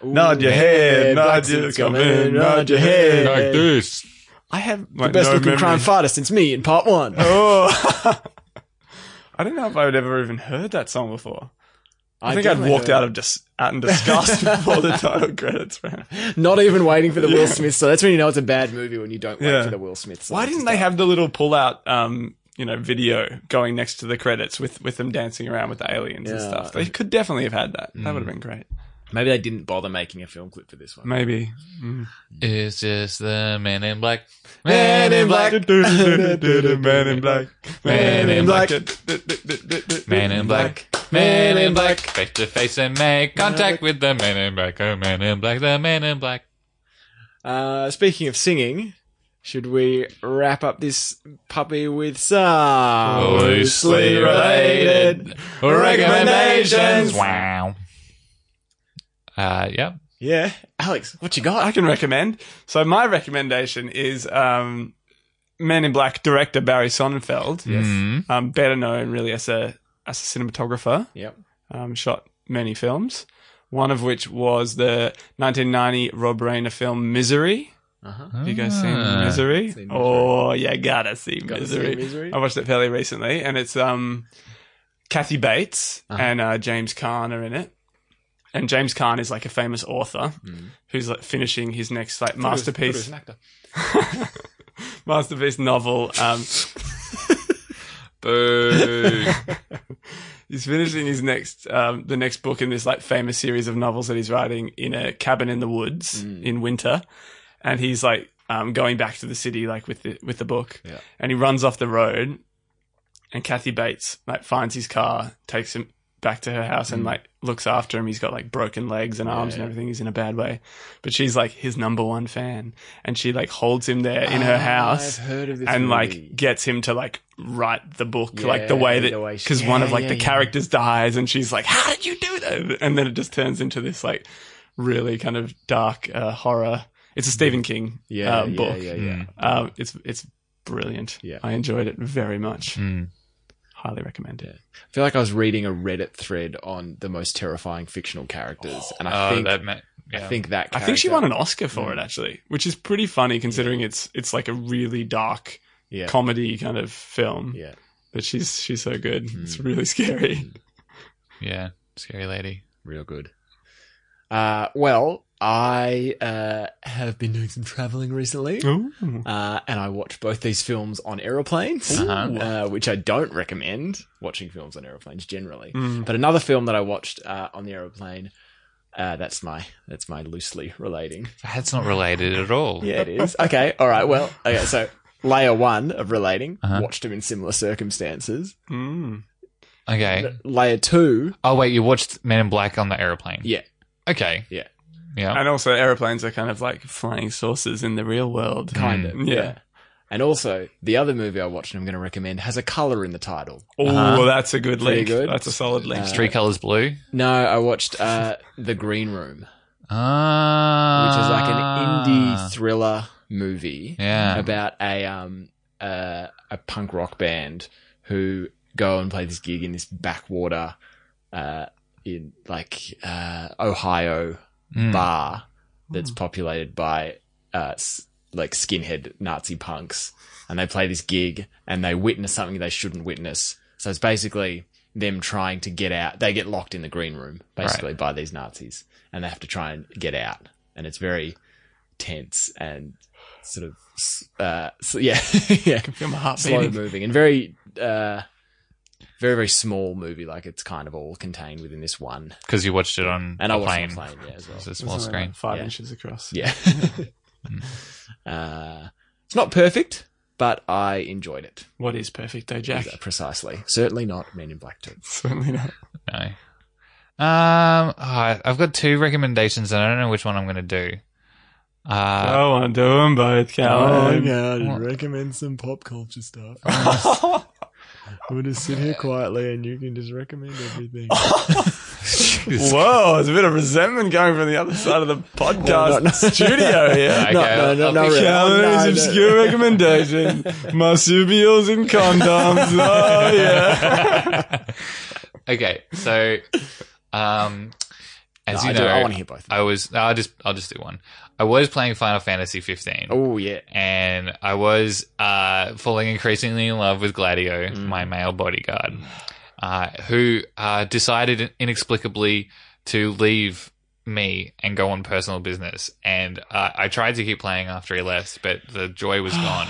Speaker 3: Nod your head, nod your- come in, nod your head.
Speaker 1: Like
Speaker 2: this.
Speaker 1: I have the
Speaker 3: Like,
Speaker 1: best
Speaker 3: no
Speaker 1: looking
Speaker 3: memory.
Speaker 1: crime fighter since me in part one.
Speaker 3: Oh. I don't know if I would ever even heard that song before. I, think I'd
Speaker 1: definitely
Speaker 3: walked
Speaker 1: heard-
Speaker 3: out of dis- out in disgust before the title credits ran.
Speaker 1: not even waiting for the
Speaker 3: Yeah.
Speaker 1: Will Smith. So that's when you know it's a bad movie when you don't wait
Speaker 3: Yeah.
Speaker 1: for the Will Smith. song
Speaker 3: Why
Speaker 1: to
Speaker 3: didn't they
Speaker 1: start.
Speaker 3: have the little pull-out, um, you know, video going next to the credits with with them dancing around with the aliens and
Speaker 1: Yeah.
Speaker 3: stuff? They could definitely have had that. That would have been great.
Speaker 1: Maybe they didn't bother making a film clip for this one.
Speaker 3: Maybe. Mm.
Speaker 2: It's just the man in black.
Speaker 1: Man in black.
Speaker 3: Man in black.
Speaker 2: Man in black.
Speaker 3: Man
Speaker 2: Man in black. Man in black. Face to face and make contact with the man in black. Oh, man in black. The man in black.
Speaker 1: Uh, speaking of singing, should we wrap up this puppy with some
Speaker 2: Loosely related
Speaker 1: recommendations?
Speaker 2: Wow. Uh, yeah.
Speaker 1: Yeah, Alex, what you
Speaker 3: I
Speaker 1: got?
Speaker 3: can recommend. So my recommendation is um, Men in Black director Barry Sonnenfeld,
Speaker 1: Yes.
Speaker 2: Mm.
Speaker 3: um, better known really as a as a cinematographer,
Speaker 1: Yep.
Speaker 3: um, shot many films. One of which was the 1990 Rob Reiner film Misery.
Speaker 1: Uh huh.
Speaker 3: Have you guys seen
Speaker 2: Ah.
Speaker 3: Misery?
Speaker 1: Seen Misery.
Speaker 3: Oh, yeah, gotta see
Speaker 1: Got
Speaker 3: Misery.
Speaker 1: misery.
Speaker 3: I watched it fairly recently, and it's um, Kathy Bates
Speaker 1: Uh-huh.
Speaker 3: and uh, James Kahn are in it. And James Kahn is like a famous author
Speaker 1: Mm.
Speaker 3: who's like finishing his next like
Speaker 2: Was,
Speaker 3: masterpiece
Speaker 2: an actor.
Speaker 3: masterpiece novel. Um,
Speaker 2: Boo.
Speaker 3: he's finishing his next um, the next book in this like famous series of novels that he's writing in a cabin in the woods
Speaker 1: Mm.
Speaker 3: in winter, and he's like um, going back to the city like with the with the book,
Speaker 1: Yeah.
Speaker 3: and he runs off the road, and Kathy Bates like finds his car, takes him back to her house, and
Speaker 1: Mm.
Speaker 3: like looks after him. He's got like broken legs and
Speaker 1: Yeah,
Speaker 3: arms and
Speaker 1: yeah.
Speaker 3: everything. He's in a bad way, but she's like his number one fan, and she like holds him there in her
Speaker 1: Oh,
Speaker 3: house
Speaker 1: I've heard of this
Speaker 3: and
Speaker 1: movie.
Speaker 3: like gets him to like write the book like the
Speaker 1: Yeah,
Speaker 3: way
Speaker 1: the
Speaker 3: that
Speaker 1: way she-
Speaker 3: because one
Speaker 1: yeah,
Speaker 3: of like
Speaker 1: yeah,
Speaker 3: the
Speaker 1: yeah.
Speaker 3: characters dies and she's like how did you do that and then it just turns into this like really kind of dark uh, horror it's a Stephen King
Speaker 1: yeah,
Speaker 3: um,
Speaker 1: yeah,
Speaker 3: book
Speaker 1: yeah, yeah.
Speaker 2: Mm.
Speaker 3: Um, it's it's brilliant
Speaker 1: Yeah.
Speaker 3: I enjoyed it very much
Speaker 2: Mm.
Speaker 3: highly recommend it
Speaker 1: I feel like I was reading a Reddit thread on the most terrifying fictional characters, and I
Speaker 2: Oh,
Speaker 1: think
Speaker 2: that meant. Yeah.
Speaker 1: I think that
Speaker 3: I think she won
Speaker 1: character-
Speaker 3: an Oscar for it
Speaker 1: Mm.
Speaker 3: actually which is pretty funny considering it's it's like a really dark
Speaker 1: yeah
Speaker 3: comedy kind of film
Speaker 1: yeah
Speaker 3: but she's she's so good it's
Speaker 1: Mm.
Speaker 3: really scary
Speaker 2: yeah. Scary lady.
Speaker 1: real good. Uh, well, I uh, have been doing some traveling recently.
Speaker 3: Ooh.
Speaker 1: Uh, and I watched both these films on aeroplanes,
Speaker 2: Ooh.
Speaker 1: uh, which I don't recommend watching films on aeroplanes generally.
Speaker 3: Mm.
Speaker 1: But another film that I watched uh, on the aeroplane, uh, that's my that's my loosely relating.
Speaker 2: That's not related at all.
Speaker 1: Yeah, it is. Okay, all right. Well, okay. So layer one of relating,
Speaker 2: Uh-huh.
Speaker 1: watched him in similar circumstances.
Speaker 3: Mm.
Speaker 2: Okay.
Speaker 1: L- Layer two,
Speaker 2: Oh wait, you watched Men in Black on the airplane.
Speaker 1: Yeah.
Speaker 2: Okay.
Speaker 1: Yeah. Um,
Speaker 2: Yeah.
Speaker 3: And also, aeroplanes are kind of like flying saucers in the real world.
Speaker 1: kind
Speaker 2: Mm.
Speaker 1: of.
Speaker 3: Yeah.
Speaker 1: Yeah. And also, the other movie I watched and I'm going to recommend has a color in the title.
Speaker 3: Oh,
Speaker 2: Uh-huh.
Speaker 3: that's a good
Speaker 1: Pretty
Speaker 3: link.
Speaker 1: good.
Speaker 3: That's a solid link.
Speaker 1: Uh,
Speaker 2: Three colors blue.
Speaker 1: No, I watched uh, The Green Room, which
Speaker 2: Ah.
Speaker 1: is like an indie thriller movie.
Speaker 2: Yeah.
Speaker 1: about a um uh, a punk rock band who go and play this gig in this backwater uh in like uh Ohio
Speaker 2: Mm.
Speaker 1: bar that's
Speaker 2: Hmm.
Speaker 1: populated by uh s- like skinhead Nazi punks and they play this gig and they witness something they shouldn't witness so it's basically them trying to get out they get locked in the green room basically by these Nazis and they have to try and get out and it's very tense and sort of s- uh so, yeah yeah
Speaker 3: I can feel my heart
Speaker 1: slow
Speaker 3: beating.
Speaker 1: moving and very uh very very small movie like it's kind of all contained within this one
Speaker 2: Because you watched it on
Speaker 1: and
Speaker 2: a
Speaker 1: I watched
Speaker 2: plane.
Speaker 1: it on a plane yeah as well
Speaker 2: It's a small
Speaker 3: It's only
Speaker 2: screen.
Speaker 3: like five
Speaker 1: Yeah.
Speaker 3: inches across.
Speaker 1: yeah
Speaker 2: Mm.
Speaker 1: uh it's not perfect but I enjoyed it
Speaker 3: What is perfect, though, Jack?
Speaker 1: Exa- precisely certainly not Men in Black 2
Speaker 3: Certainly not.
Speaker 2: No. Um, I I've got two recommendations, and I don't know which one I'm going to do. Uh, Oh,
Speaker 3: I want to do them both, Callum.
Speaker 1: god
Speaker 2: I'd
Speaker 1: recommend some pop culture stuff
Speaker 3: Oh,
Speaker 1: we'll just sit here quietly and you can just recommend everything
Speaker 3: Whoa, there's a bit of resentment going from the other side of the podcast
Speaker 1: no, no.
Speaker 3: studio here.
Speaker 2: Okay,
Speaker 1: no no no,
Speaker 2: I'll-
Speaker 1: no,
Speaker 2: I'll-
Speaker 1: really.
Speaker 3: Callum's
Speaker 1: no, no.
Speaker 3: obscure recommendation: marsupials and condoms. Oh yeah.
Speaker 2: okay, so, um,
Speaker 1: No,
Speaker 2: as
Speaker 1: I,
Speaker 2: you
Speaker 1: do,
Speaker 2: know,
Speaker 1: I
Speaker 2: I,
Speaker 1: want to hear both
Speaker 2: was. no, I'll just. I'll just do one. I was playing Final Fantasy 15.
Speaker 1: oh yeah
Speaker 2: and I was uh, falling increasingly in love with Gladio,
Speaker 1: Mm.
Speaker 2: my male bodyguard, uh, who uh, decided inexplicably to leave me and go on personal business. And uh, I tried to keep playing after he left, but the joy was gone.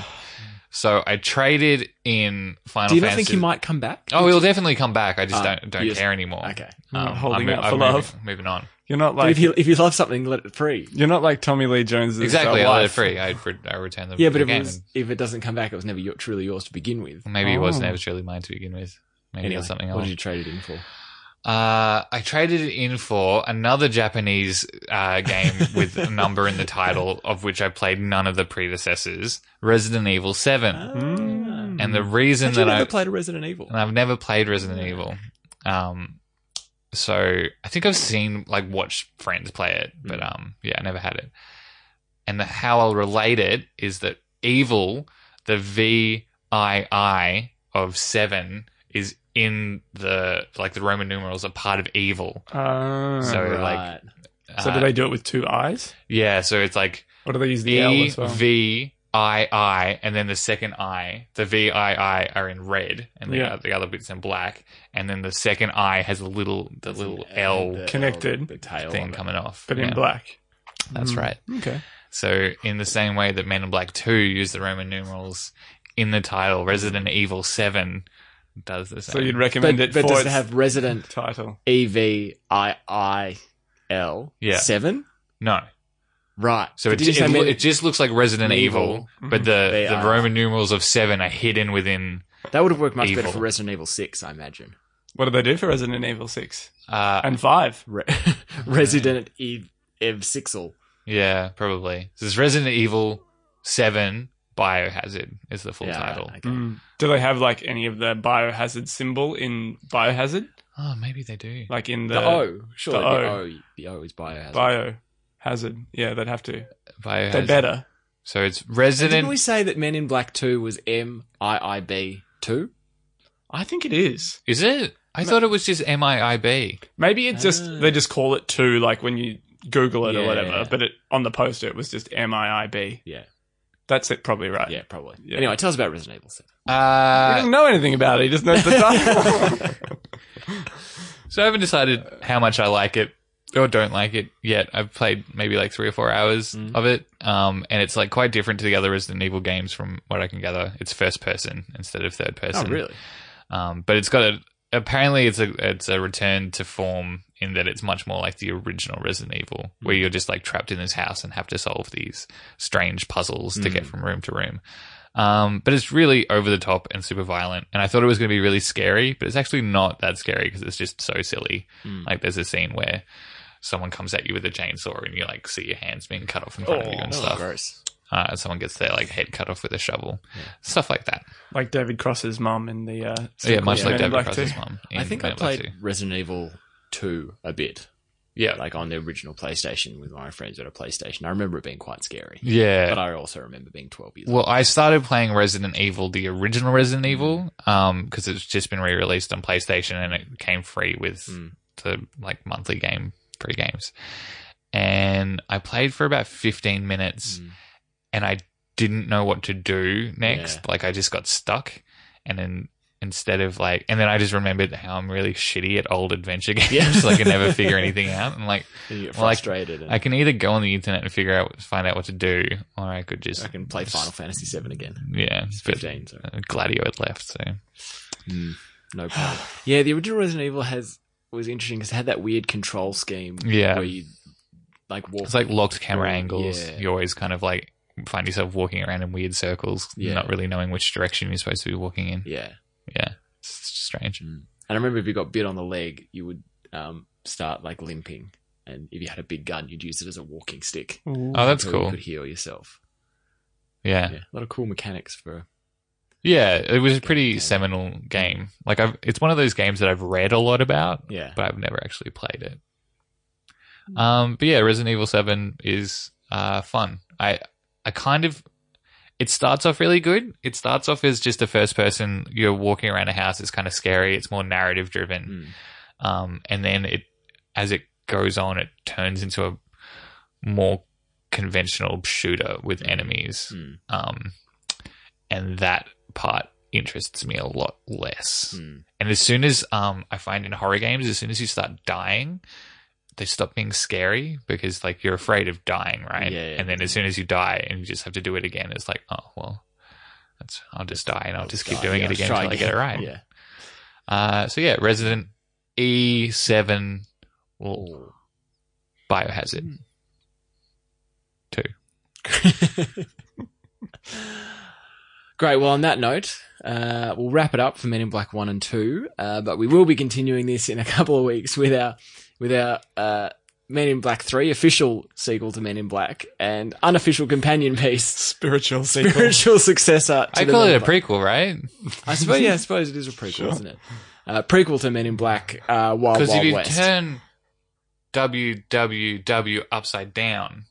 Speaker 2: So I traded in Final
Speaker 1: do you not
Speaker 2: Fantasy.
Speaker 1: think he might come back
Speaker 2: Oh, he'll definitely come back. I just
Speaker 1: Ah,
Speaker 2: don't don't
Speaker 1: yes.
Speaker 2: care anymore. Um,
Speaker 1: okay
Speaker 3: Not
Speaker 2: I'm
Speaker 3: holding
Speaker 2: mo-
Speaker 3: out
Speaker 2: I'm
Speaker 3: for
Speaker 2: moving-
Speaker 3: love.
Speaker 2: Moving on.
Speaker 3: You're not
Speaker 1: But
Speaker 3: like
Speaker 1: if you if you love something, let it free.
Speaker 3: You're not like Tommy Lee Jones.
Speaker 2: Exactly. I let it
Speaker 3: wife.
Speaker 2: free. I I returned them.
Speaker 1: Yeah,
Speaker 2: to
Speaker 1: but
Speaker 2: the
Speaker 1: if
Speaker 2: game
Speaker 1: it, was, if it doesn't come back, it was never your, truly yours to begin with.
Speaker 2: and- maybe it was
Speaker 3: Oh.
Speaker 2: never truly mine to begin with. Maybe
Speaker 1: Anyway,
Speaker 2: there's something else.
Speaker 1: what did you trade it in for?
Speaker 2: Uh, I traded it in for another Japanese uh, game with a number in the title, of which I played none of the predecessors, Resident Evil
Speaker 3: Ah.
Speaker 2: 7.
Speaker 3: Mm.
Speaker 2: and
Speaker 1: Hmm.
Speaker 2: the reason
Speaker 1: Had you
Speaker 2: that I
Speaker 1: never played a Resident Evil?
Speaker 2: and I've never played Resident Evil, um, so I think I've seen like watched friends play it, but um, yeah, I never had it. And the how I'll relate it is that evil, the V I I of seven, is in the like the Roman numerals are part of evil.
Speaker 3: Ah.
Speaker 2: So,
Speaker 3: so,
Speaker 2: like,
Speaker 1: Right.
Speaker 3: do
Speaker 2: Uh,
Speaker 3: they do it with two eyes,
Speaker 2: Yeah, so it's like
Speaker 3: or do they use the L
Speaker 2: E
Speaker 3: as well?
Speaker 2: V I I and then the second I, the V I I are in red, and the, uh,
Speaker 3: Yeah.
Speaker 2: the other bits in black, and then the second I has a little the little L
Speaker 1: The
Speaker 3: Connected
Speaker 1: the tail
Speaker 2: thing
Speaker 1: of it.
Speaker 2: coming off.
Speaker 3: but
Speaker 2: Yeah,
Speaker 3: in black.
Speaker 2: That's
Speaker 3: Mm.
Speaker 2: right.
Speaker 3: Okay.
Speaker 2: So in the same way that Men in Black Two used the Roman numerals in the title, Resident Evil Seven does the same.
Speaker 3: So you'd recommend
Speaker 1: But,
Speaker 3: it
Speaker 1: but
Speaker 3: for
Speaker 1: does it
Speaker 3: its
Speaker 1: have resident
Speaker 3: title.
Speaker 1: E V I I L
Speaker 2: Yeah.
Speaker 1: seven?
Speaker 2: no.
Speaker 1: Right.
Speaker 2: So it,
Speaker 1: Did you
Speaker 2: it,
Speaker 1: say
Speaker 2: lo-
Speaker 1: Men-
Speaker 2: it just looks like Resident Evil,
Speaker 1: Evil.
Speaker 3: Mm-hmm.
Speaker 2: but the,
Speaker 1: They
Speaker 2: the
Speaker 1: are.
Speaker 2: Roman numerals of seven are hidden within.
Speaker 1: that would have worked much
Speaker 2: Evil.
Speaker 1: better for Resident Evil six, I imagine.
Speaker 3: What did they do for Resident Evil Six
Speaker 2: Uh,
Speaker 3: and Five?
Speaker 1: Re- resident E Ev Sixel.
Speaker 2: yeah, probably. So it's Resident Evil Seven Biohazard is the full
Speaker 1: Yeah,
Speaker 2: title.
Speaker 1: okay.
Speaker 3: Mm. Do they have like any of the biohazard symbol in biohazard,
Speaker 2: Oh, maybe they do.
Speaker 3: like in
Speaker 1: The,
Speaker 3: the,
Speaker 1: O, surely
Speaker 3: the
Speaker 1: the
Speaker 3: O.
Speaker 1: O. The O is biohazard.
Speaker 3: biohazard? Yeah, they'd have to.
Speaker 2: Biohazard.
Speaker 3: They better.
Speaker 2: So it's
Speaker 1: And
Speaker 2: Resident.
Speaker 1: Didn't we say that Men in Black Two was M I I B two?
Speaker 3: I think it is.
Speaker 2: Is it? I thought it was just M I I B.
Speaker 3: Maybe it just
Speaker 1: Ah.
Speaker 3: they just call it two, like when you Google it or
Speaker 1: Yeah.
Speaker 3: whatever. But it on the poster it was just M I I B.
Speaker 1: Yeah.
Speaker 3: That's it, probably right.
Speaker 1: Yeah, probably.
Speaker 3: Yeah.
Speaker 1: Anyway, tell us about Resident Evil Seven.
Speaker 3: He
Speaker 2: Uh,
Speaker 3: doesn't know anything about it. He just knows the title.
Speaker 2: so I haven't decided how much I like it or don't like it yet. I've played maybe like three or four hours
Speaker 1: Mm.
Speaker 2: of it, um, and it's like quite different to the other Resident Evil games from what I can gather. It's first person instead of third person.
Speaker 1: Oh, really?
Speaker 2: Um, but it's got a. Apparently, it's a it's a return to form in that it's much more like the original Resident Evil,
Speaker 1: Hmm.
Speaker 2: where you're just like trapped in this house and have to solve these strange puzzles to get
Speaker 1: Mm.
Speaker 2: from room to room. Um, but it's really over the top and super violent. And I thought it was going to be really scary, but it's actually not that scary because it's just so silly.
Speaker 1: Mm.
Speaker 2: Like there's a scene where someone comes at you with a chainsaw and you like see your hands being cut off in front of you and
Speaker 1: Oh,
Speaker 2: stuff.
Speaker 1: gross.
Speaker 2: Uh, and someone gets their like head cut off with a shovel, stuff like that.
Speaker 3: like David Cross's mum in the uh,
Speaker 2: yeah,
Speaker 3: sequel
Speaker 2: much
Speaker 3: to
Speaker 2: like
Speaker 3: Men in
Speaker 2: David
Speaker 3: Black
Speaker 2: Cross's
Speaker 3: 2.
Speaker 2: mom.
Speaker 1: I
Speaker 2: in
Speaker 1: think I
Speaker 2: Men in Black
Speaker 1: played
Speaker 2: 2.
Speaker 1: Resident Evil Two a bit,
Speaker 2: Yeah,
Speaker 1: like on the original PlayStation with my friends at a PlayStation. I remember it being quite scary,
Speaker 2: yeah.
Speaker 1: but I also remember being twelve years. old.
Speaker 2: Well, I started playing Resident Evil, the original Resident Evil, um, because it's just been re-released on PlayStation and it came free with
Speaker 1: Mm.
Speaker 2: the like monthly game, free games. And I played for about fifteen minutes,
Speaker 1: Mm.
Speaker 2: and I didn't know what to do next.
Speaker 1: Yeah.
Speaker 2: Like I just got stuck, and then instead of like, and then I just remembered how I'm really shitty at old adventure games.
Speaker 1: Yeah.
Speaker 2: like I never figure anything out. And like
Speaker 1: And you get
Speaker 2: well, I-
Speaker 1: frustrated. and
Speaker 2: I can either go on the internet and figure out, find out what to do, or I could just
Speaker 1: I can play Final Fantasy VII again.
Speaker 2: yeah,
Speaker 1: It's
Speaker 2: but-
Speaker 1: fifteen, so
Speaker 2: uh, Gladio had left, so
Speaker 1: no problem. yeah, the original Resident Evil has was interesting because it had that weird control scheme.
Speaker 2: Yeah.
Speaker 1: where you like walk.
Speaker 2: it's like locked camera
Speaker 1: Yeah.
Speaker 2: angles. You always kind of like find yourself walking around in weird circles,
Speaker 1: Yeah.
Speaker 2: not really knowing which direction you're supposed to be walking in.
Speaker 1: yeah,
Speaker 2: Yeah, it's strange.
Speaker 1: and I remember if you got bit on the leg, you would um, start like limping, and if you had a big gun, you'd use it as a walking stick.
Speaker 2: Oh, that's
Speaker 1: until You
Speaker 2: cool.
Speaker 1: could heal yourself.
Speaker 2: Yeah.
Speaker 1: Yeah, a lot of cool mechanics for.
Speaker 2: yeah, it was a pretty
Speaker 1: Yeah.
Speaker 2: seminal
Speaker 1: Mm.
Speaker 2: game. Like, I've it's one of those games that I've read a lot about,
Speaker 1: Yeah,
Speaker 2: but I've never actually played it. Um, but yeah, Resident Evil Seven is uh, fun. I I kind of it starts off really good. It starts off as just a first person. You're walking around a house. It's kind of scary. It's more narrative driven.
Speaker 1: Mm.
Speaker 2: um, and then it as it goes on, it turns into a more conventional shooter with enemies,
Speaker 1: Mm.
Speaker 2: um, and that part interests me a lot less.
Speaker 1: Mm.
Speaker 2: And as soon as um, I find in horror games, as soon as you start dying, they stop being scary because like you're afraid of dying, right?
Speaker 1: Yeah, yeah.
Speaker 2: And then as soon as you die and you just have to do it again, it's like, oh well, that's I'll just die and I'll just keep
Speaker 1: Yeah,
Speaker 2: doing it
Speaker 1: I'll
Speaker 2: again
Speaker 1: try
Speaker 2: until I get it right.
Speaker 1: Yeah,
Speaker 2: Uh, so yeah, Resident E seven well,
Speaker 1: Hmm.
Speaker 2: Biohazard two.
Speaker 1: Great. Well, on that note, uh, we'll wrap it up for Men in Black One and Two, uh, but we will be continuing this in a couple of weeks with our with our uh, Men in Black Three official sequel to Men in Black and unofficial companion piece,
Speaker 3: Spiritual sequel.
Speaker 1: spiritual successor. To
Speaker 2: I
Speaker 1: the
Speaker 2: call
Speaker 1: Men
Speaker 2: it
Speaker 1: in
Speaker 2: a
Speaker 1: Black-
Speaker 2: prequel, right?
Speaker 1: I suppose, yeah, I suppose it is a prequel,
Speaker 3: Sure.
Speaker 1: isn't it? Uh, prequel to Men in Black, uh, Wild
Speaker 2: Because if
Speaker 1: Wild
Speaker 2: you
Speaker 1: West.
Speaker 2: turn WWW upside down,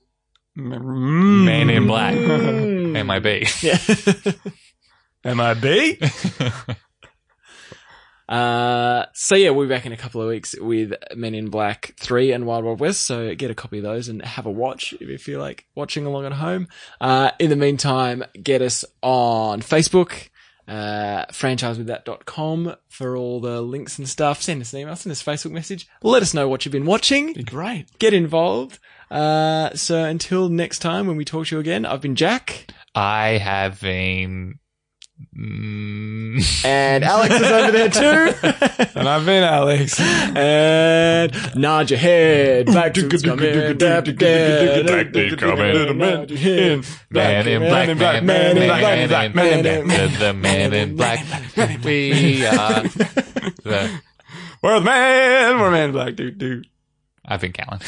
Speaker 3: Mm.
Speaker 2: Man in Black.
Speaker 1: Mm.
Speaker 2: MIB.
Speaker 1: Yeah.
Speaker 3: MIB?
Speaker 2: uh,
Speaker 1: Uh, so yeah, we'll be back in a couple of weeks with Men in Black 3 and Wild Wild West. So get a copy of those and have a watch if you feel like watching along at home. Uh, in the meantime, get us on Facebook, uh, franchisewiththat.com for all the links and stuff. Send us an email, send us a Facebook message. Let us know what you've been watching.
Speaker 3: Great.
Speaker 1: Get involved. Uh, so until next time when we talk to you again, I've been Jack
Speaker 2: I have been. Mm.
Speaker 1: and Alex is over there too.
Speaker 3: And I've been Alex.
Speaker 1: and nod your head back to its coming, back to its coming. Nod your head
Speaker 2: Man in black, man, man in black, man in black, the man in black. We are the.
Speaker 3: We're the man. We're man black. Dude, dude.
Speaker 2: uh, I've been Callan.